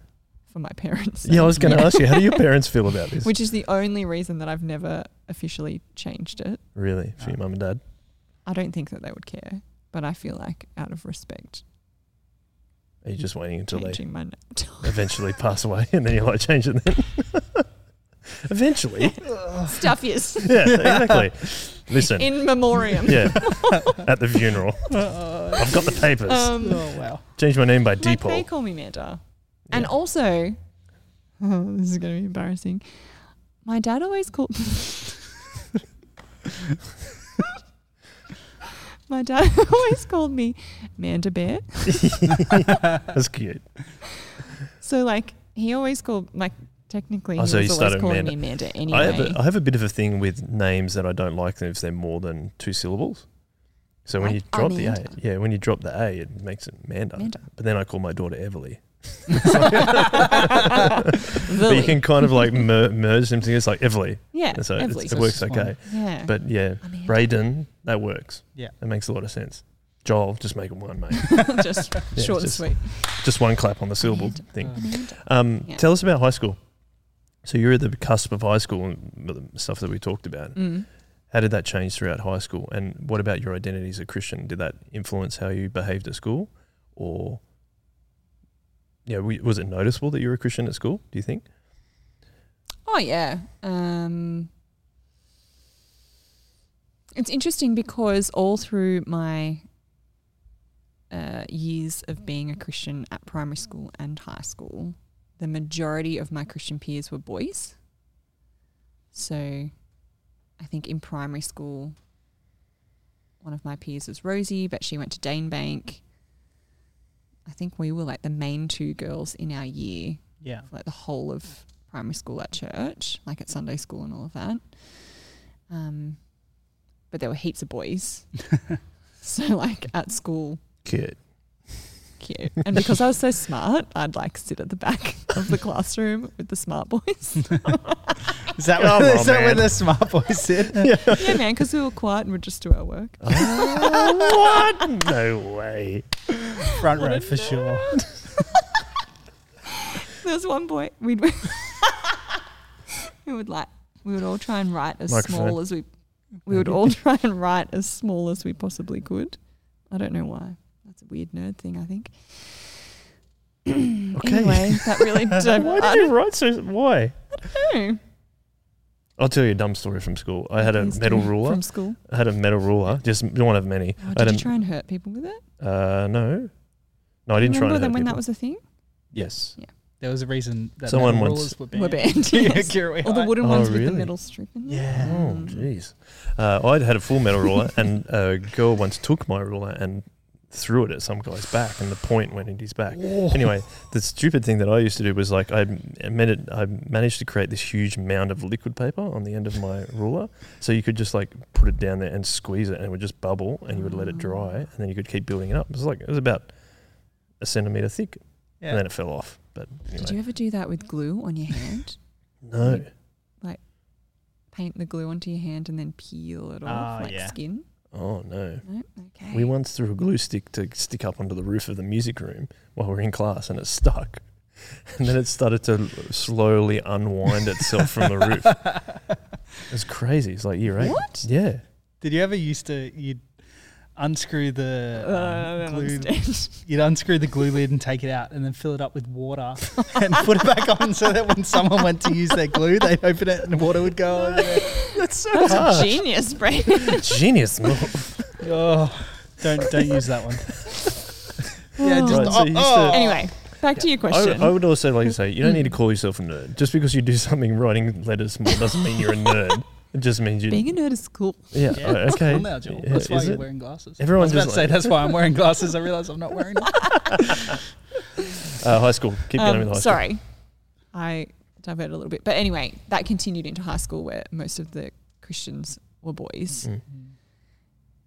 for my parents. yeah, I was going to *laughs* Yeah. ask you. How do your parents feel about this? *laughs* Which is the only reason that I've never officially changed it. really, for your mum and dad. I don't think that they would care, but I feel like out of respect, Are you just waiting until they changing my name. eventually pass away, *laughs* and then you like change it *laughs* then? eventually. Stuff is *laughs* Yeah. *laughs* Exactly. Listen. in memoriam. yeah. At the funeral, I've got the papers. Um, Oh wow. Change my name by like they Depol. call me Manda. And Yeah. also, *laughs* this is going to be embarrassing. My dad always called. *laughs* my dad *laughs* always called me Manda Bear. That's cute. So like he always called like technically Oh, he so you was always started calling Manda. me Manda I have anyway. a, I have a bit of a thing with names that I don't like them if they're more than two syllables. So when Right? you drop the A, Amanda. yeah, when you drop the A, it makes it Manda. Manda. But then I call my daughter Everly. *laughs* But you Villy. can kind of like mer- merge them together. It's like Everly. yeah, So Everly. it's, it So works it's fine. okay. yeah. But yeah, Amanda. Braden, that works. Yeah. That makes a lot of sense. Joel, just make it one, mate. *laughs* *laughs* just Yeah, short just- and sweet. just one clap on *laughs* the syllable Amanda. thing. Amanda. Um, Yeah. Tell us about high school. So you're at the cusp of high school and the stuff that we talked about. Mm. How did that change throughout high school? And what about your identity as a Christian? Did that influence how you behaved at school? Or, yeah, we- was it noticeable that you were a Christian at school, do you think? Oh yeah. Um, it's interesting because all through my uh, years of being a Christian at primary school and high school, the majority of my Christian peers were boys. So, I think in primary school, one of my peers was Rosie, but she went to Dane Bank. I think we were like the main two girls in our year Yeah. like the whole of primary school at church, like at Sunday school and all of that. Um, but there were heaps of boys. so like at school, Kid. cute. And because I was so smart, I'd like sit at the back of the classroom with the smart boys. Is that, Come where, on, is that where man. the smart boy *laughs* sit? yeah, man, because we were quiet and would just do our work. Oh, *laughs* what? No way. Front row for sure. *laughs* There was one boy we'd *laughs* we would like we would all try and write as Microphone. small as we we would all try and write as small as we possibly could. I don't know why. That's a weird nerd thing, I think. *clears throat* Okay. Anyway, that really *laughs* don't. Why I did you write so? Why? don't know. I'll tell you a dumb story from school. I had a Please metal do. ruler. from school. I had a metal ruler, just one of many. Oh, I did you had try and hurt people with it? a, uh, no, no, I didn't try Remember and then hurt when that people. was a thing? yes, There was a reason that Someone metal wants- rulers were banned. Were *laughs* banned. Yeah, yes. Kiwi Or the High. wooden Oh, ones with really? the metal strip in them. Yeah. Oh, Mm. jeez. Uh, I'd had a full metal ruler, and a girl once took my ruler and threw it at some guy's back, and the point went into his Oh. back. Anyway, the stupid thing that I used to do was like I meant it, I managed to create this huge mound of liquid paper on the end of my ruler, so you could just like put it down there and squeeze it, and it would just bubble, and you would Oh. let it dry, and then you could keep building it up. It was like it was about a centimeter thick, Yeah. and then it fell off. But Did you anyway, ever do that with glue on your *laughs* hand? no, Paint the glue onto your hand and then peel it off Ah, like yeah. skin? oh no. No? Okay. We once threw a glue stick to stick up onto the roof of the music room while we were in class, and it stuck. *laughs* And then it started to slowly unwind itself from the *laughs* roof. *laughs* It's crazy. It's like year eight. What? Yeah. *laughs* Did you ever used to you'd unscrew the um, Uh, I don't glue? understand. You'd unscrew the glue lid and take it out, and then fill it up with water *laughs* and put it back on, so that when someone went to use their glue, they'd open it and water would go over there. *laughs* That's so That's a genius brain. Genius move. Oh, don't don't use that one. *laughs* yeah, just Right, so oh, you used to- *laughs* oh. anyway, back to your I, question. would- I would also like to say you don't need to call yourself a nerd. Just because you do something writing letters small doesn't mean you're a nerd. It just means you. Being a nerd is cool. *laughs* yeah. Yeah, uh, it's okay. cool now, Joel. Yeah, That's why is you're it? wearing glasses. Everyone I was about to just say like- that's why I'm wearing glasses. I realize I'm not wearing. Glasses. Uh, high school. Keep going Um, with high school. sorry, I diverted a little bit, but anyway, that continued into high school where most of the Christians were boys. Mm.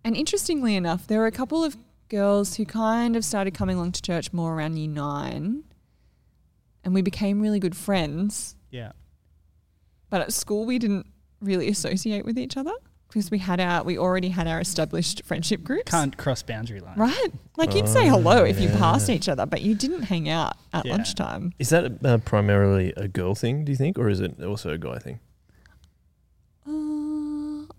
And interestingly enough, there were a couple of girls who kind of started coming along to church more around year nine, and we became really good friends. *laughs* Yeah, But at school, we didn't really associate with each other because we had our we already had our established friendship groups. can't cross boundary line. Right. Like you'd say hello if you Oh, yeah. passed each other, but you didn't hang out at Yeah. lunchtime. Is that uh, primarily a girl thing? Do you think, or is it also a guy thing? Uh,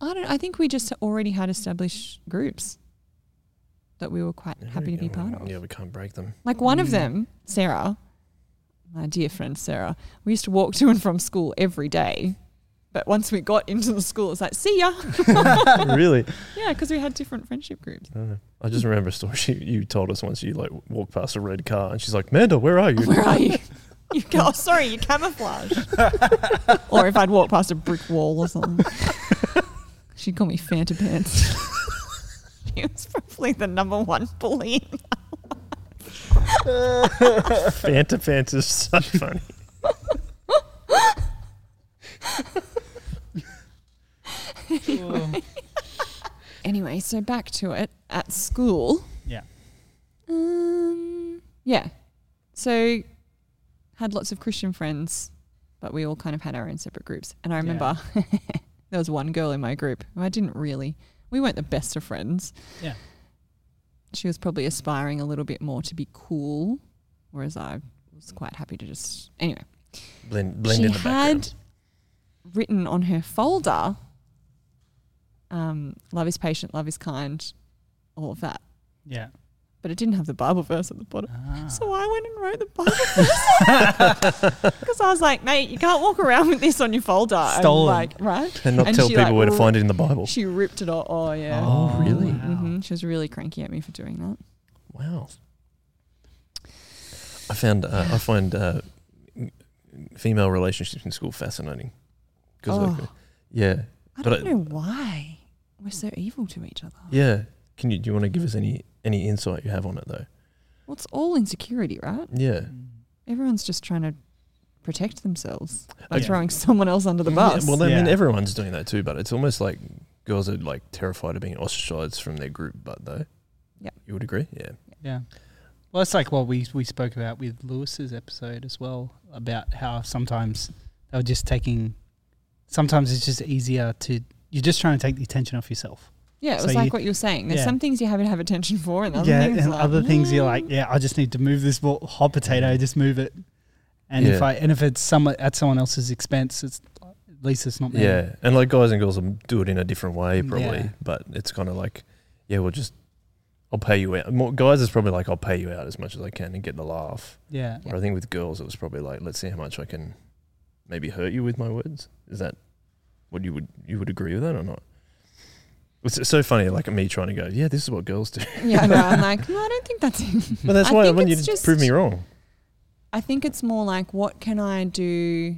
I don't. I think we just already had established groups that we were quite happy to be part of. Yeah, we can't break them. Like one of Mm. them, Sarah, my dear friend Sarah, we used to walk to and from school every day. But once we got into the school, it's like, see ya. *laughs* really? yeah, because we had different friendship groups. I, don't know. I just remember a story *laughs* she, you told us once. You like walked past a red car, and she's like, "Manda, where are you?" *laughs* Where are you? *laughs* You go, oh, sorry, you camouflage. *laughs* or if I'd walk past a brick wall or *laughs* something. She'd call me Fanta Pants. *laughs* she was probably the number one bully. Fanta Fanta is such funny. Oh. anyway, so back to it at school. Yeah. Um, yeah. So had lots of Christian friends, but we all kind of had our own separate groups. And I remember *laughs* there was one girl in my group who I didn't really. We weren't the best of friends. Yeah. She was probably aspiring a little bit more to be cool, whereas I was quite happy to just anyway Blend, blend in the had background. written on her folder, um, "Love is patient, love is kind," all of that, *laughs* Yeah. but it didn't have the Bible verse at the bottom. Ah. So I went and wrote the Bible verse because I was like, "Mate, you can't walk around with this on your folder." And, Stolen. like, right? *laughs* And not and tell she, people like, where to r- find it in the Bible. She ripped it off. Oh yeah. Oh, really? wow. hmm She was really cranky at me for doing that. Wow. I found uh, I find uh, m- female relationships in school fascinating. 'Cause, like, Oh. yeah, I But don't I- know why we're so evil to each other. yeah. Can you do you want to give us any any insight you have on it though? Well, it's all insecurity, right? Yeah. Hmm. Everyone's just trying to protect themselves by Okay. throwing someone else under the Yeah, bus. well, I mean, Yeah. everyone's doing that too, but it's almost like girls are like terrified of being ostracized from their group, but though. Yeah. You would agree? Yeah. Yeah. Well, it's like what we we spoke about with Lewis's episode as well about how sometimes they were just taking. Sometimes it's just easier to you're just trying to take the attention off yourself. yeah, it so was like you- what you were saying. There's yeah. some things you have to have attention for, and other yeah, things and like, other things you're "Mm." like, yeah, I just need to move this wa- hot potato, just move it. And if Yeah. I and if it's some at someone else's expense, it's at least it's not me. Yeah. And like guys and girls will do it in a different way, probably, Oh, Yeah. but it's kind of like, yeah, we'll just, I'll pay you out. More, guys is probably like, I'll pay you out as much as I can and get the laugh. yeah, Where I think with girls, it was probably like, let's see how much I can maybe hurt you with my words. Is that what you would, you would agree with that or not? It's it's so funny, like me trying to go, yeah, this is what girls *laughs* do. yeah, *laughs* I know. I'm like, no, I don't think that's. it." But that's I why I think want you to it's prove me just- wrong. I think it's more like, what can I do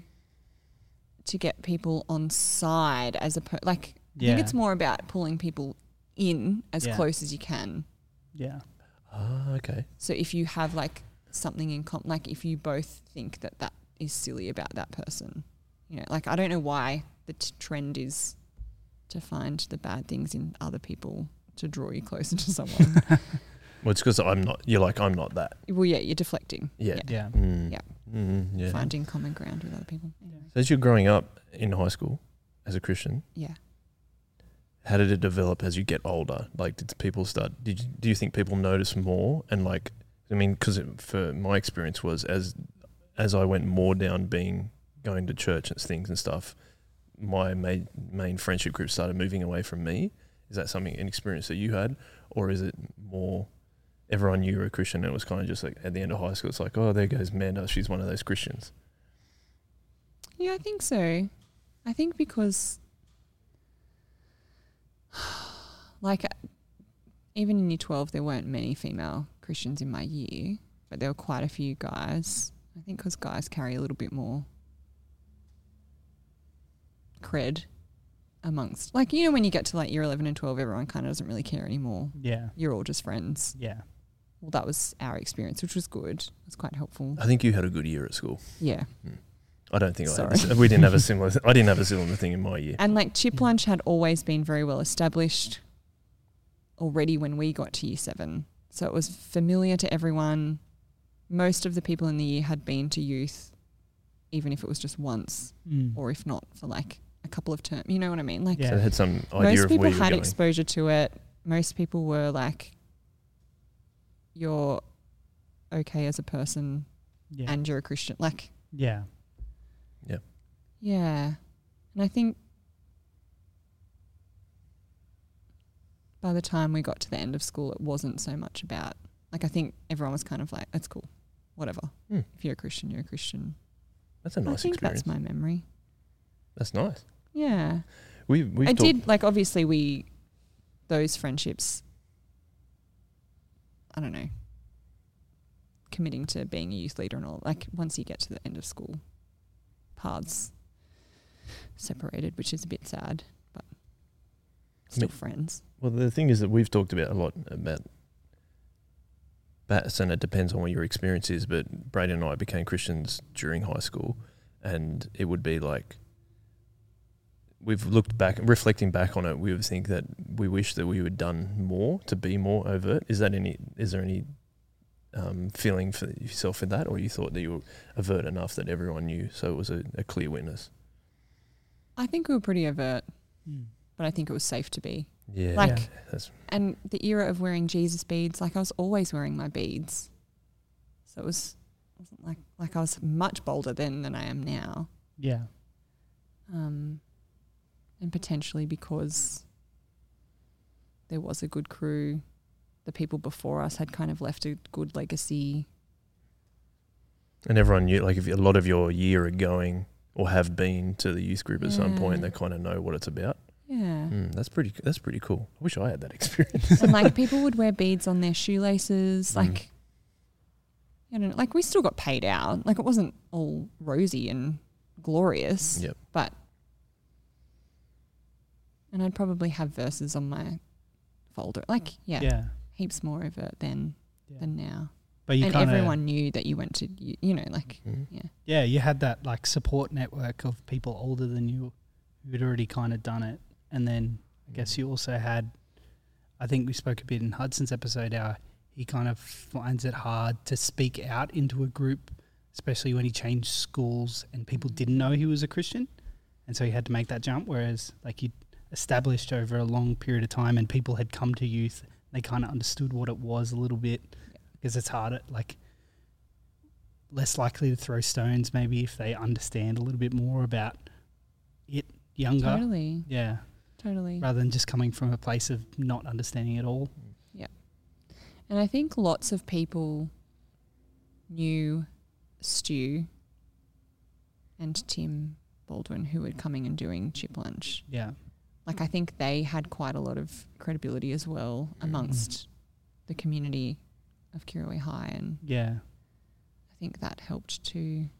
to get people on side as a per- like. I Yeah. think it's more about pulling people in as Yeah. close as you can. yeah, Ah, okay. So if you have like something in common, like if you both think that that is silly about that person, you know, like I don't know why the t- trend is to find the bad things in other people to draw you closer *laughs* to someone. Well, it's because I'm not. You're like I'm not that. well, yeah, you're deflecting, Yeah. yeah. Mm. Yeah. Mm, yeah. finding common ground with other people. So as you're growing up in high school as a Christian, Yeah. how did it develop as you get older? Like, did people start? Did you, do you think people notice more? And like, I mean, because for my experience was as as I went more down being going to church and things and stuff, my main main friendship group started moving away from me. Is that something an experience that you had, or is it more? Everyone knew you were a Christian, and it was kind of just like at the end of high school, it's like, oh, there goes Manda. She's one of those Christians. Yeah, I think so. I think because, *sighs* like, uh, even in year 12, there weren't many female Christians in my year, but there were quite a few guys. I think because guys carry a little bit more cred amongst, like, you know, when you get to like year 11 and 12, everyone kind of doesn't really care anymore. yeah, You're all just friends. yeah. Well, that was our experience, which was good. It was quite *laughs* helpful. I think you had a good year at school. Yeah. I don't think I had Sorry. this. we didn't have a similar. I didn't have a similar thing in my year. And like chip Yeah. lunch had always been very well established already when we got to year seven. So it was familiar to everyone. Most of the people in the year had been to youth, even if it was just once Mm. or if not for like a couple of terms. You know what I mean? Like Yeah. So I had some idea most of where people you were had going. exposure to it. Most people were like, you're okay as a person yeah, Mm. and you're a Christian. Like, yeah, Yeah. And I think by the time we got to the end of school, it wasn't so much about, like, I think everyone was kind of like, that's cool, whatever. Hmm. If you're a Christian, you're a Christian. that's a I nice think experience. that's my memory. That's nice. Yeah. We we I did, like, obviously, we, those friendships, I don't know, committing to being a youth leader and all, like, once you get to the end of school, paths separated, which is a bit sad, but still friends. Well, the thing is that we've talked about a lot about bats, and it depends on what your experience is. But Braden and I became Christians during high school, and it would be like we've looked back, reflecting back on it, we would think that we wish that we had done more to be more overt. Is that any? Is there any um, feeling for yourself in that, or you thought that you were overt enough that everyone knew, so it was a, a clear witness? I think we were pretty overt, Mm. but I think it was safe to be. Yeah, Like- that's And the era of wearing Jesus beads, like I was always wearing my beads. So it was wasn't like like I was much bolder then than I am now. Yeah. Um, and potentially because there was a good crew, the people before us had kind of left a good legacy. and everyone knew. Like if a lot of your year are going or have been to the youth group at some point, Yeah. they kind of know what it's about. Yeah. Mm, that's pretty. That's pretty cool. I wish I had that *laughs* experience. and like people would wear beads on their shoelaces. Mm. Like, I don't know. Like we still got paid out. Like it wasn't all rosy and glorious. Yep. But, and I'd probably have verses on my folder. Like, yeah, Yeah. heaps more of it than Yeah. than now. But you and kind of everyone knew that you went to you, you know like Mm. yeah, you had that like support network of people older than you who'd already kind of done it, and then I guess you also had. I think we spoke a bit in Hudson's episode how he kind of finds it hard to speak out into a group, especially when he changed schools and people didn't know he was a Christian, and so he had to make that jump. Whereas like you established over a long period of time, and people had come to youth, they kind of understood what it was a little bit, because it's harder like less likely to throw stones maybe if they understand a little bit more about it younger. totally Yeah, totally rather than just coming from a place of not understanding at all. And I think lots of people knew Stu and Tim Baldwin who were coming and doing chip lunch. Yeah. Like I think they had quite a lot of credibility as well amongst the community of Kirawee High and Yeah. I think that helped too.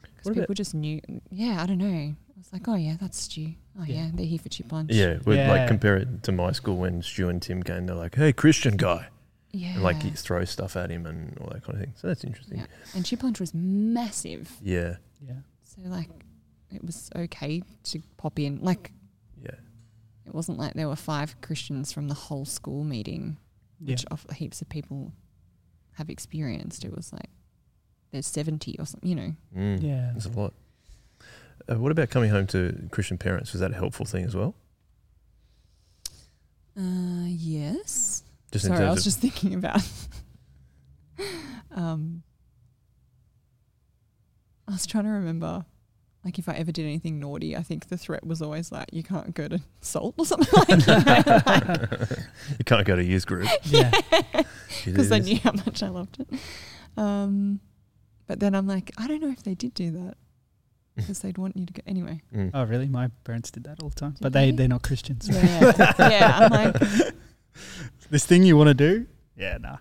Because What about- people just knew, yeah, I don't know. I was like, oh yeah, that's Stu. Oh Yeah. yeah, they're here for chip lunch. Yeah, we'd Yeah. like compare it to my school when Stu and Tim came. They're like, "Hey, Christian guy," yeah. and like you throw stuff at him and all that kind of thing. So that's interesting. yeah. And chip lunch was massive. Yeah, Yeah. So like it was okay to pop in. Like yeah. it wasn't like there were five Christians from the whole school meeting, Yeah. which of heaps of people have experienced. It was like there's 70 or something, you know. Mm. Yeah. That's a lot. Uh, what about coming home to Christian parents? Was that a helpful thing as well? Uh, yes. Just in Sorry, I terms was of just thinking about. *laughs* um, I was trying to remember, like if I ever did anything naughty, I think the threat was always like, "You can't go to salt" or something *laughs* like that. Like, *laughs* you can't go to youth group *laughs* Yeah. It because they is- knew how much I loved it. Um, but then I'm like, I don't know if they did *laughs* do that because they'd want you to go anyway. Mm. Oh, really? My parents did that all the time, Did but they they? they're not Christians. Yeah, *laughs* yeah. I'm like, This thing you want to do? Yeah. *laughs* Nah.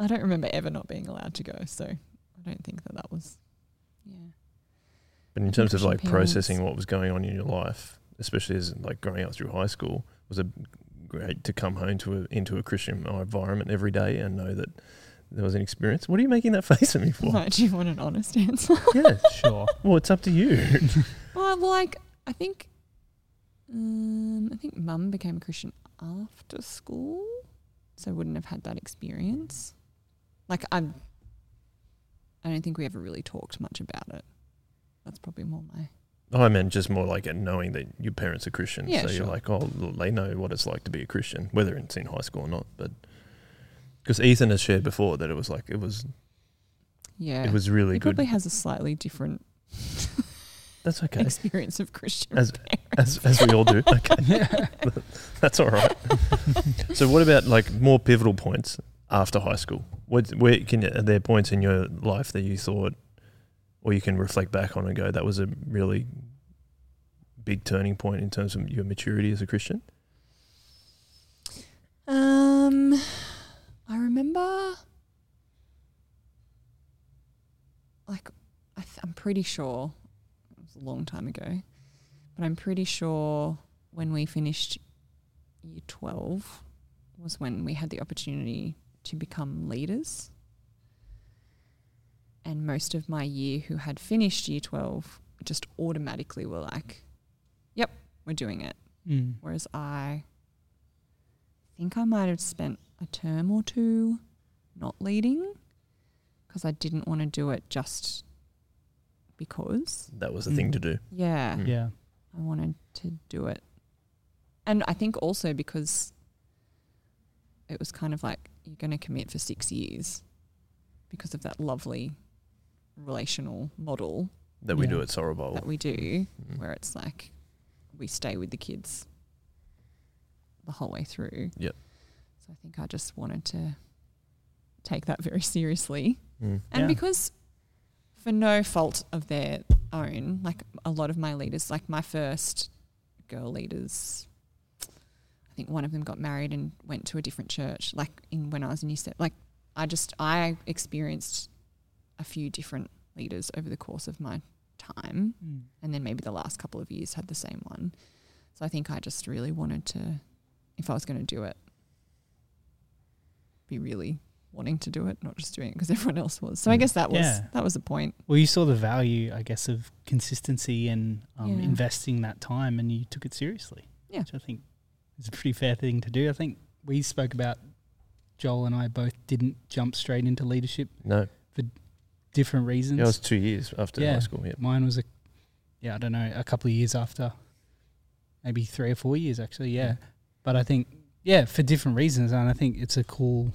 I don't remember ever not being allowed to go, so I don't think that that was. Yeah, But in terms of Christian like parents. processing what was going on in your life, especially as like growing up through high school, was a great to come home to a, into a Christian environment every day and know that there was an experience. What are you making that *laughs* face at me for? no, do you want an honest *laughs* answer? Yeah, Sure. Well, it's up to you. Mm, well, I'm like I think, um, I think Mum became a Christian after school, so wouldn't have had that experience. Like I'm, I don't think we ever really talked much about it. That's probably more my I meant just more like at knowing that your parents are Christian. Yeah, so sure. you're like, oh, well, they know what it's like to be a Christian, whether it's in high school or not. But because Ethan has shared before that it was like, it was Yeah. it was really he good. probably has a slightly different That's *laughs* okay. experience of Christian As- parents. As, as we all do. Okay. That's all right. so, what about like more pivotal points after high school? What, where can you, are there points in your life that you thought, or you can reflect back on and go, that was a really big turning point in terms of your maturity as a Christian? Um, I remember, like, I th- I'm pretty sure it was a long time ago, but I'm pretty sure when we finished year 12 was when we had the opportunity to become leaders. And most of my year who had finished year 12 just automatically were like, yep, we're doing it. Mm. Whereas I think I might have spent a term or two not leading because I didn't want to do it just because. That was the thing to do. Yeah. Mm. Yeah. I wanted to do it. And I think also because it was kind of like you're going to commit for six years because of that lovely relational model That we Yeah. do at Sorrow Bowl. that we do, Mm. where it's like we stay with the kids the whole way through. Yep. So I think I just wanted to take that very *laughs* seriously. Mm. And Yeah. because for no fault of their own, like a lot of my leaders, like my first girl leaders, I think one of them got married and went to a different church, like in when I was in year seven. Like I just I experienced a few different leaders over the course of my time. Mm. And then maybe the last couple of years had the same one. So I think I just really wanted to if I was gonna do it, be really wanting to do it, not just doing it because *laughs* everyone else was. So I Mm. guess that was Yeah. that was the point. Well, you saw the value, I guess, of consistency and um, Yeah. investing that time, and you took it seriously. Yeah. which I think is a pretty fair thing to do. I think we spoke about Joel and I both didn't jump straight into leadership, No, different reasons. yeah, it was two years after Yeah. high school. Yeah. Mine was a, yeah, I don't know, a couple of years after, maybe three or four years actually. Yeah, Mm-hmm. but I think yeah, for different reasons, and I think it's a cool,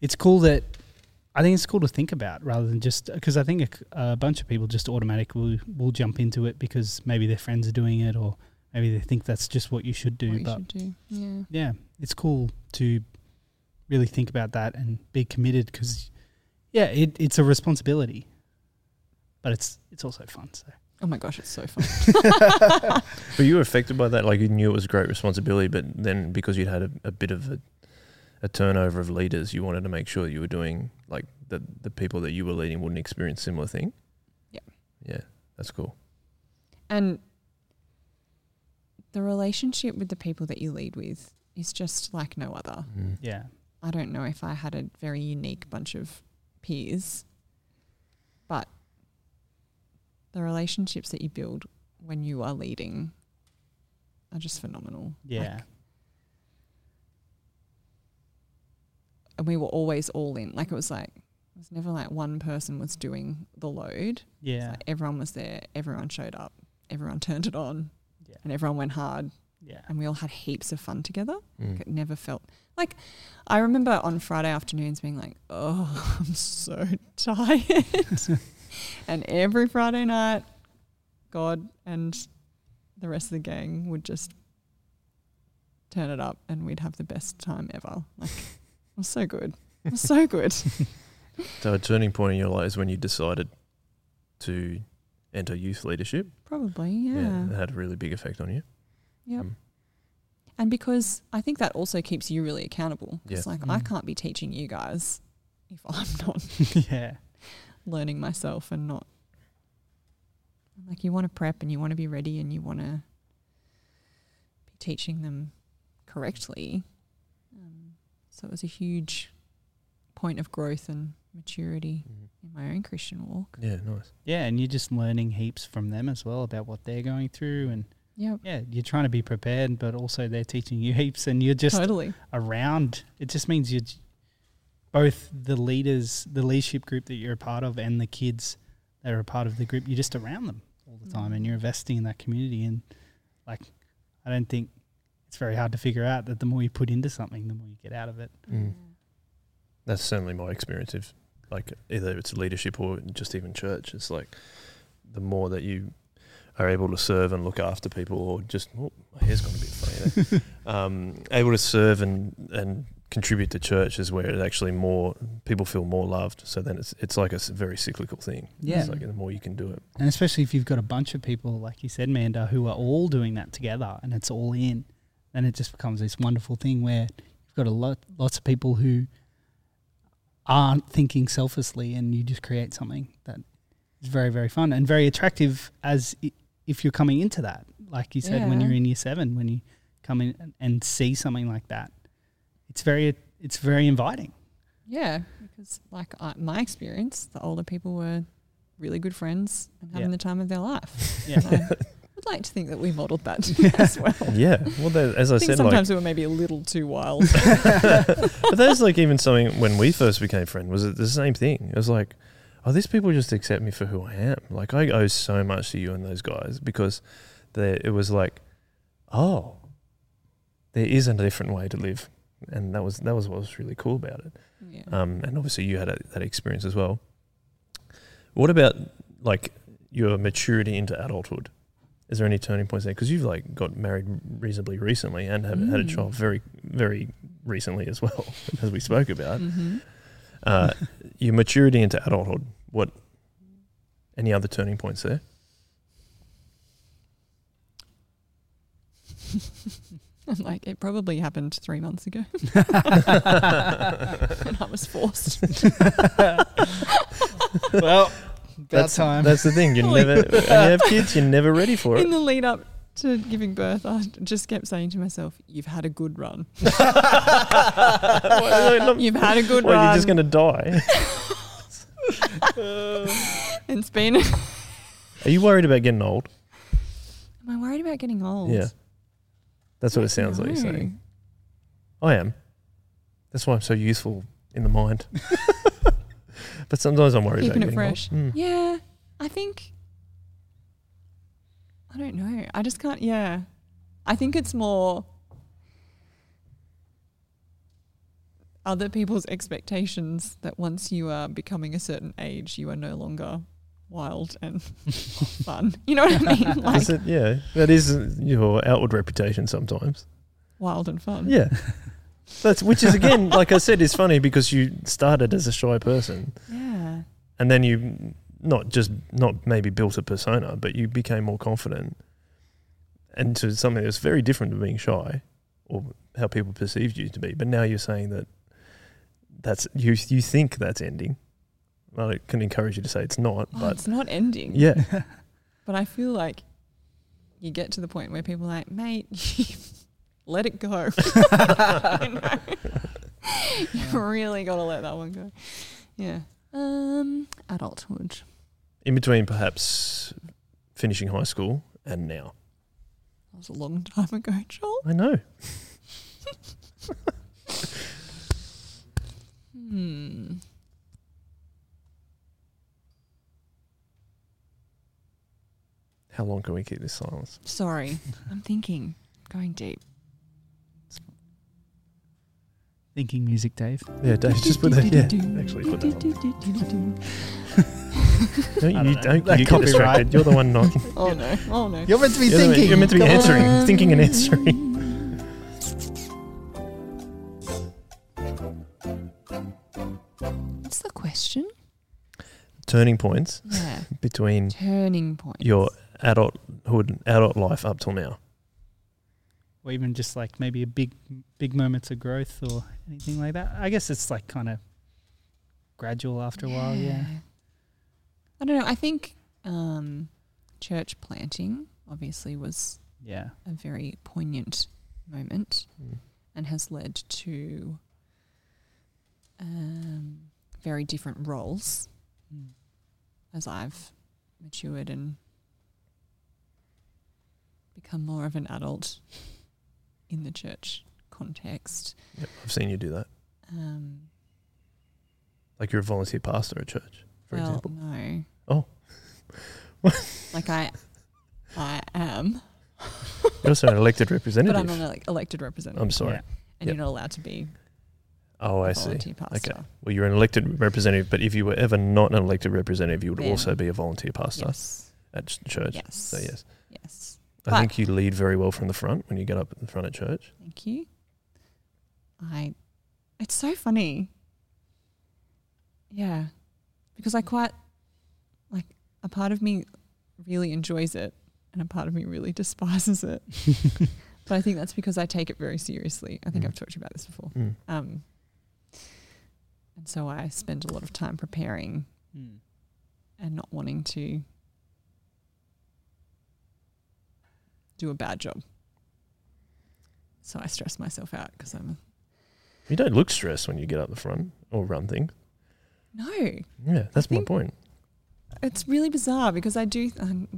it's cool that. I think it's cool to think about rather than just because I think a c- a, bunch of people just automatically will, will jump into it because maybe their friends are doing it or maybe they think that's just what you should do. what you but should do. Yeah. yeah, it's cool to really think about that and be committed because, yeah, it, it's a responsibility, but it's it's also fun. *laughs* So Oh my gosh, it's so fun. Were you affected by that? Like you knew it was great responsibility, but then because you'd had a, a bit of a, a turnover of leaders, you wanted to make sure you were doing like the the people that you were leading wouldn't experience similar thing. Yeah. Yeah, that's cool. *laughs* and the relationship with the people that you lead with is just like no other. Mm. yeah, I don't know if I had a very unique bunch of peers, but the relationships that you build when you are leading are just phenomenal. yeah, Like, and we were always all in. Like it was like it was never like one person was doing the load. It's yeah, like everyone was there, everyone showed up, everyone *laughs* turned it on, Yeah. and everyone went hard, yeah, and we all had heaps of fun together. Mm. It never felt like I remember on Friday afternoons being like, oh, *laughs* I'm so tired. and every Friday night, God and the rest of the gang would just turn it up and we'd have the best time ever. Like, it was so good. It was so good. So a turning point in your life is when you decided to enter youth leadership. Probably, yeah. that had a really big effect on you. Yep. Mm. And because I think that also keeps you really accountable. It's Yeah. like, I Mm. can't be teaching you guys if I'm not yeah, *laughs* learning myself and not like you want to prep and you want to be ready and you want to be teaching them correctly. Um, so it was a huge point of growth and maturity Mm. in my own Christian walk. Yeah, nice. yeah. And you're just learning heaps from them as well about what they're going through, and Yeah, yeah, you're trying to be prepared, but also they're teaching you heaps, and you're just totally. around. It just means you, both the leaders, the leadership group that you're a part of, and the kids that are a part of the group. You're just around them all the time, and you're investing in that community. And like, I don't think it's very hard to figure out that the more you put into something, the more you get out of it. Mm. That's certainly my experience. If like either it's leadership or just even church, it's like the more that you are able to serve and look after people, or just oh, my hair's gone a bit funny. *laughs* there. um, able to serve and and contribute to church is where it actually more people feel more loved. So then it's it's like a s- very cyclical thing. Yeah. it's like the more you can do it. And especially if you've got a bunch of people, like you said, Manda, who are all doing that together and it's all in, then it just becomes this wonderful thing where you've got a lot, lots of people who aren't thinking selflessly and you just create something that is very, very fun and very attractive as i- if you're coming into that. Like you said, when Yeah. you're in year seven, when you come in and- and see something like that, it's very, it's very inviting. Yeah, because like I, my experience, the older people were really good friends and having Yeah. the time of their life. Yeah. So I'd like to think that we *laughs* modelled that *laughs* *laughs* as well. *laughs* Yeah. Well, that, as I, I think said, like, sometimes we were maybe a little too *laughs* wild. but that's like even something when we first became friends was it the same thing? It was like, oh, these people just accept me for who I am. Like I owe so much to you and those guys because they, it was like, oh, there is a different way to live, and that was that was what was really cool about it. yeah. Um, and obviously you had a, that experience as well. What about like your maturity into adulthood? Is there any turning points there? Because you've like got married reasonably recently and have had a Mm. child very, very recently as well, *laughs* as we spoke about. Mhm. Uh, your maturity into adulthood. What? Any other turning points *laughs* there? *laughs* I'm like, it probably happened three months ago *laughs* when I was *laughs* *laughs* forced. *laughs* well, about That's- time. *laughs* That's the thing. You Holy never when you have kids. You're never ready for In it. the lead up to giving birth, I just kept saying to myself, You've had a good run. You've had a good Well, run. you're just going to die. *laughs* It's been. *laughs* Am Are you worried about getting old? I worried about getting old? Yeah. That's what it sounds like you're No. saying. I am. That's why I'm so useful in the mind. *laughs* but sometimes I'm worried Keeping it about getting old. fresh. Mm. Yeah, I think. I don't know. I just can't. Yeah, I think it's more other people's expectations that once you are becoming a certain age, you are no longer wild *laughs* and fun. You know what I mean? Like Is it- yeah, that is your outward reputation sometimes. wild and fun. *laughs* Yeah. That's which is again, like I said, is funny because you started as a shy person Yeah. and then you not just not maybe built a persona, but you became more confident and to something that's very different to being shy or how people perceived you to be. But now you're saying that that's you you think that's ending. Well, I can encourage you to say it's not, Oh, but it's not ending. *laughs* yeah, But I feel like you get to the point where people are like, mate, *laughs* let it go. *laughs* you know? You've really got to let that one go. Yeah. Um, adulthood. in between perhaps finishing high school and now. That was a long time ago, Joel. I know. Hmm. How long can we keep this silence? Sorry. I'm thinking, going deep. Thinking music, Dave. Yeah, Dave, *laughs* just put that. Yeah, actually, put that on. I Don't you, don't know. don't, That you get copyright. distracted. You're the *laughs* one not. *laughs* Oh no. Oh no. You're meant to be You're, the- you're meant to be answering, thinking and answering. What's the question? Turning points Yeah. between Turning point. your adulthood, adult life up till now. or even just like maybe a big big moments of growth or anything like that. I guess it's like kind of gradual after a while, yeah. I don't know. I think um, church planting obviously was Yeah. a very poignant moment Hmm. and has led to um, very different roles Mm. as I've matured and become more of an adult in the church context. Yep, I've seen you do that. Um, Like you're a volunteer pastor at church, for well, example. no. Oh. *laughs* like I, I am, *laughs* You're also an elected but representative. I'm an elec elected representative, I'm sorry. Yeah. yep. and you're not allowed to be Oh, I a see. volunteer pastor. Well, you're an elected representative, but if you were ever not an elected representative, you would Then- also be a volunteer pastor Yes, at ch- church. yes, So, yes. yes. I But- think you lead very well from the front when you get up in front of church. Thank you. I. It's so funny. Yeah, because I quite like a part of me really enjoys it, and a part of me really *laughs* *laughs* despises it. but I think that's because I take it very seriously. I think Mm. I've talked to you about this before. Mm. Um, and so I spend a lot of time preparing Mm. and not wanting to do a bad job. So I stress myself out because I'm You don't look stressed when you get up the front or run things. no. Yeah, that's my think- point. It's really bizarre because I do. *laughs*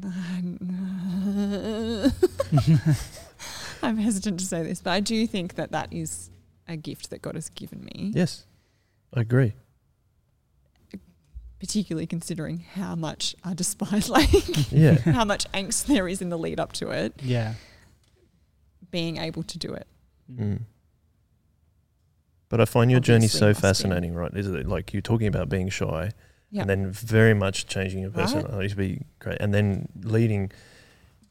Mm. *laughs* I'm hesitant to say this, but I do think that that is a gift that God has given me, Yes, I agree. particularly considering how much I despise, *laughs* like Yeah, how much angst there is in the lead up to it. Yeah. Being able to do it, Mm. But I find your journey Obviously so must be. fascinating, right? Is it like you're talking about being shy Yeah. and then very much changing your Right. personality to be great and then leading.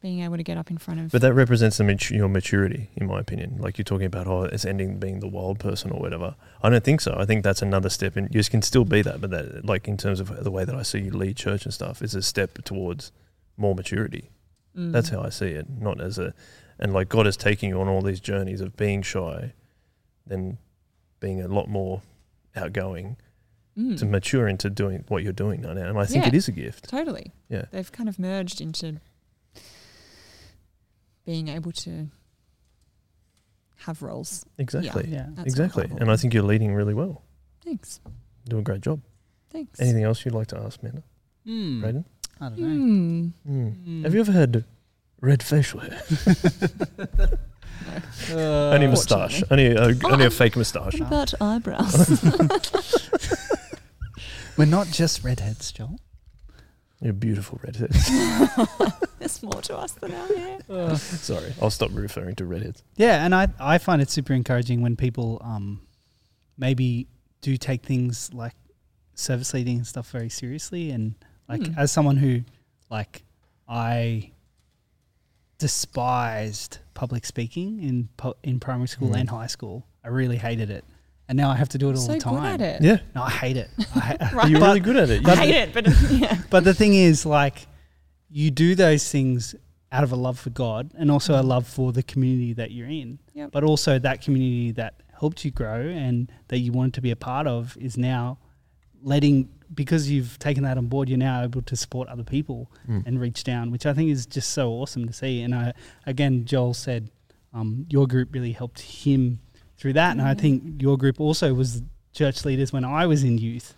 being able to get up in front of. But that represents the mat- your maturity, in my opinion. Like you're talking about, oh, it's ending being the wild person or whatever. I don't think so. I think that's another step. And you can still be that, but that, like in terms of the way that I see you lead church and stuff, it's a step towards more maturity. Mm. That's how I see it. Not as a, and like God is taking you on all these journeys of being shy, then being a lot more outgoing Mm. to mature into doing what you're doing now. And I think Yeah. it is a gift. Totally. Yeah. They've kind of merged into being able to have roles. Exactly. Yeah. That's Exactly. what And I think you're leading really well. Thanks. Do a great job. Thanks. Anything else you'd like to ask, Amanda? Mm. Braden? I don't know. Mm. Mm. Mm. Have you ever had red facial hair? *laughs* Uh, only moustache. Only, a only a fake moustache. What about eyebrows? *laughs* We're not just redheads, Joel. You're beautiful redhead. *laughs* There's more to us than our hair. Uh. Sorry. I'll stop referring to redheads. Yeah, and I, I find it super encouraging when people um, maybe do take things like service leading and stuff very seriously. And like Hmm. as someone who like I despised public speaking in pu- in primary school Hmm. and high school, I really hated it, and now I have to do it all so the time. good at it. Yeah. No, I hate it. I ha- *laughs* *laughs* Right. You're But- really good at it. I But- hate it, but *laughs* yeah. *laughs* but the thing is, like, you do those things out of a love for God and also a love for the community that you're in. Yep. But also that community that helped you grow and that you wanted to be a part of is now letting because you've taken that on board, you're now able to support other people Mm. and reach down, which I think is just so awesome to see. And I again, Joel said um, your group really helped him through that, and I think your group also was church leaders when I was in youth,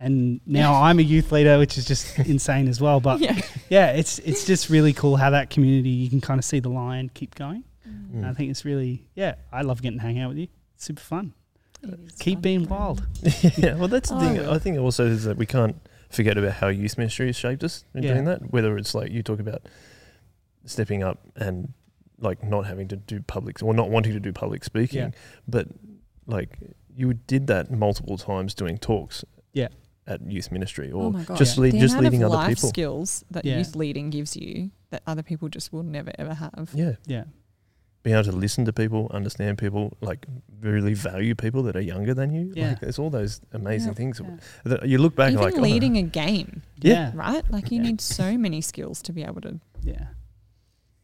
and now I'm a youth leader, which is just insane as well. But yeah. yeah. it's it's just really cool how that community you can kind of see the line keep going. Mm. And I Mm. think it's really yeah, I love getting to hang out with you. It's super fun. It is Keep fun. being wild. *laughs* yeah, well, that's the Oh, thing. yeah. I think also is that we can't forget about how youth ministry has shaped us in Yeah. doing that. Whether it's like you talk about stepping up and like not having to do public or not wanting to do public speaking, Yeah. but like you did that multiple times doing talks. Yeah. At youth ministry Oh or my God. just lead, the just amount leading of other life people. skills that Yeah. youth leading gives you that other people just will never ever have. Yeah, Yeah. being able to listen to people, understand people, like really value people that are younger than you. Yeah. Like, there's all those amazing Yeah. things Yeah. that you look back Even like oh, leading a game, Yeah. right? Like you Yeah. need so many skills to be able to Yeah.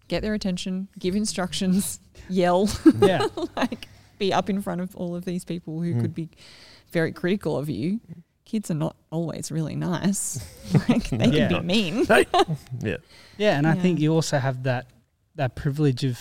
get their attention, give instructions, *laughs* yell, Yeah. like be up in front of all of these people who Mm. could be very critical of you. Kids are not always really nice. Like they Yeah. can be mean. yeah, Yeah, and I Yeah. think you also have that that privilege of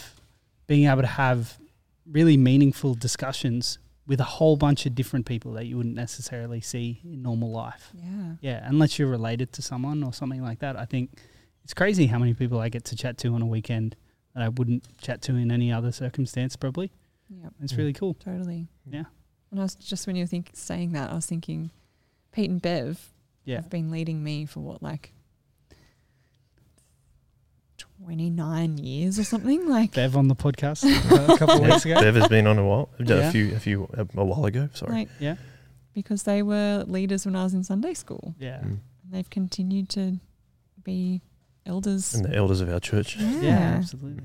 being able to have really meaningful discussions with a whole bunch of different people that you wouldn't necessarily see in normal life. Yeah. Yeah, unless you're related to someone or something like that. I think it's crazy how many people I get to chat to on a weekend that I wouldn't chat to in any other circumstance probably. Yep. It's Mm. really cool. Totally. Yeah. And I was just when you were think, saying that, I was thinking, Pete and Bev Yeah. have been leading me for what, like twenty nine years or something. Like Bev on the podcast uh, a *laughs* couple of Yeah, weeks ago. Bev has been on a while, Yeah. a few, a few, a, a while ago. Sorry. like Yeah. because they were leaders when I was in Sunday school. Yeah. Mm. And they've continued to be elders. And the elders of our church. Yeah, Yeah. absolutely.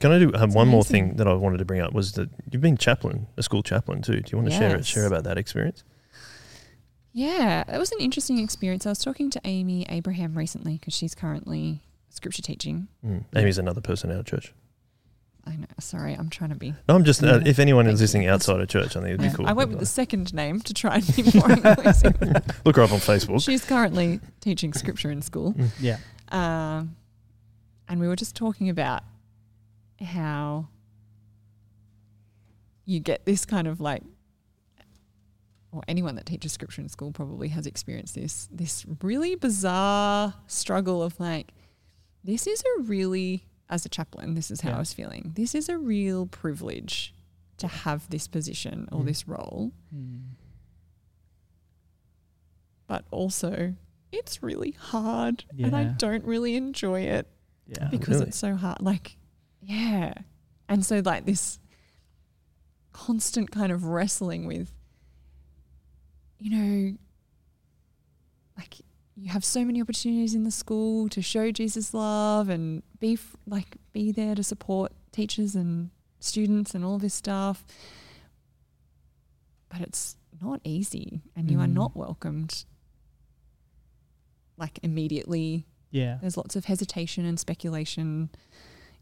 Can I do um, It's one more Mm-hmm. amazing. thing that I wanted to bring up? Was that you've been chaplain, a school chaplain too? Do you want to share Yes. share about that experience? Yeah, that was an interesting experience. I was talking to Amy Abraham recently because she's currently scripture teaching. Mm. Amy's another person in our church. I know. Sorry, I'm trying to be. No, I'm just uh, Yeah. if anyone is Thank listening you. outside of church, I think it'd be Yeah. cool. I went with the second name to try and be more inclusive. *laughs* Look her up on Facebook. She's currently teaching scripture in school. Yeah. Um, and we were just talking about how you get this kind of like or anyone that teaches scripture in school probably has experienced this this really bizarre struggle of like this is a really as a chaplain this is how Yeah. i was feeling this is a real privilege to have this position or Mm. this role but also it's really hard and i Yeah. don't really enjoy it Yeah. because Really? it's so hard like yeah and so like this constant kind of wrestling with you know like you have so many opportunities in the school to show Jesus love and be f- like be there to support teachers and students and all this stuff but it's not easy and you are Mm. not welcomed like immediately Yeah. there's lots of hesitation and speculation.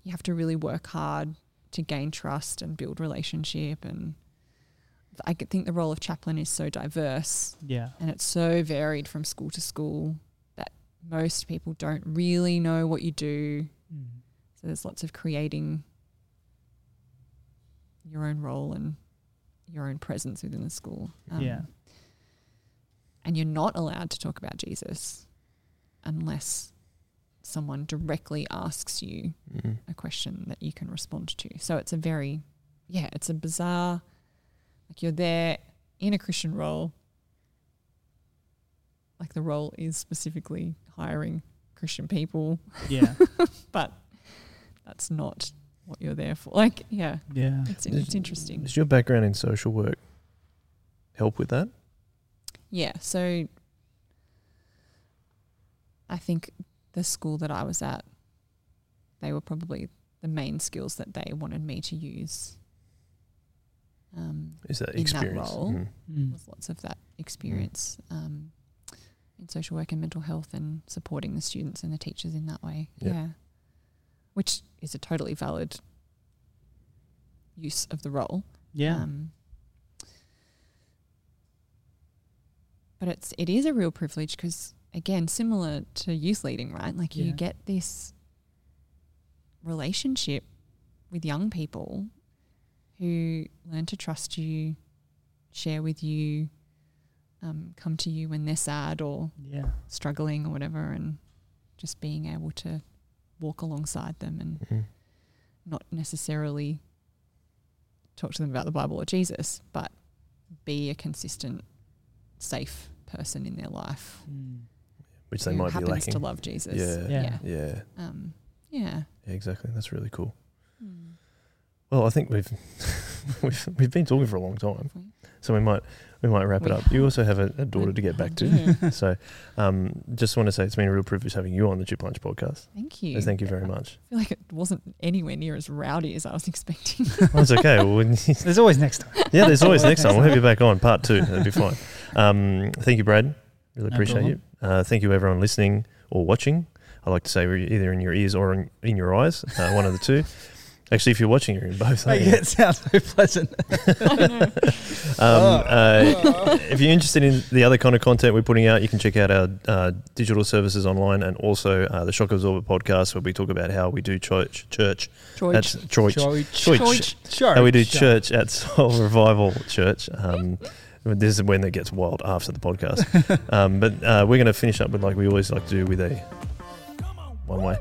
You have to really work hard to gain trust and build relationship. And I could think the role of chaplain is so diverse Yeah. and it's so varied from school to school that most people don't really know what you do. Mm. So there's lots of creating your own role and your own presence within the school. Um, Yeah. And you're not allowed to talk about Jesus unless someone directly asks you Mm. a question that you can respond to. So it's a very, yeah, it's a bizarre, like you're there in a Christian role. Like the role is specifically hiring Christian people, *laughs* Yeah. but that's not what you're there for. Like, yeah, Yeah. it's, it's interesting. Does your background in social work help with that? Yeah, so I think the school that I was at, they were probably the main skills that they wanted me to use. Um, Is that that experience? role. Mm. Mm. with lots of that experience um, in social work and mental health and supporting the students and the teachers in that way. Yeah. Yeah. Which is a totally valid use of the role. Yeah. Um, but it's it is a real privilege because again, similar to youth leading, right? Like you Yeah. get this relationship with young people who learn to trust you, share with you, um, come to you when they're sad or Yeah. struggling or whatever, and just being able to walk alongside them and Mm. not necessarily talk to them about the Bible or Jesus, but be a consistent, safe person in their life Mm. Which they who might be happens lacking. to love Jesus. Yeah. *laughs* Yeah. Yeah. Um, yeah. yeah, exactly. That's really cool. Well, I think we've *laughs* we've we've been talking for a long time, so we might we might wrap We it up. You also have a, a daughter to get back to, *laughs* so um, just want to say it's been a real privilege having you on the Chip Lunch podcast. *laughs* Thank So you. thank you very much. I feel like it wasn't anywhere near as rowdy as I was *laughs* expecting. That's okay. Well, when- There's always next *laughs* time. *laughs* yeah, there's always next time. We'll have you back on part two. That'd be fine. Um, thank you, Brad. Really No appreciate you. Uh, thank you, everyone listening or watching. I like to say we're either in your ears or in, in your eyes, uh, one of the two. Actually, if you're watching, you're in both. aren't Make you? it sound so *laughs* pleasant. *laughs* Um, uh, if you're interested in the other kind of content we're putting out, you can check out our uh, digital services online and also uh, the Shock Absorber podcast, where we talk about how we do church, church, at George. church, Choich. church. Sure. how we do church at Soul Revival Church. Um, this is when it gets wild after the *laughs* podcast. Um, but uh, we're going to finish up with like we always like to do with a one way.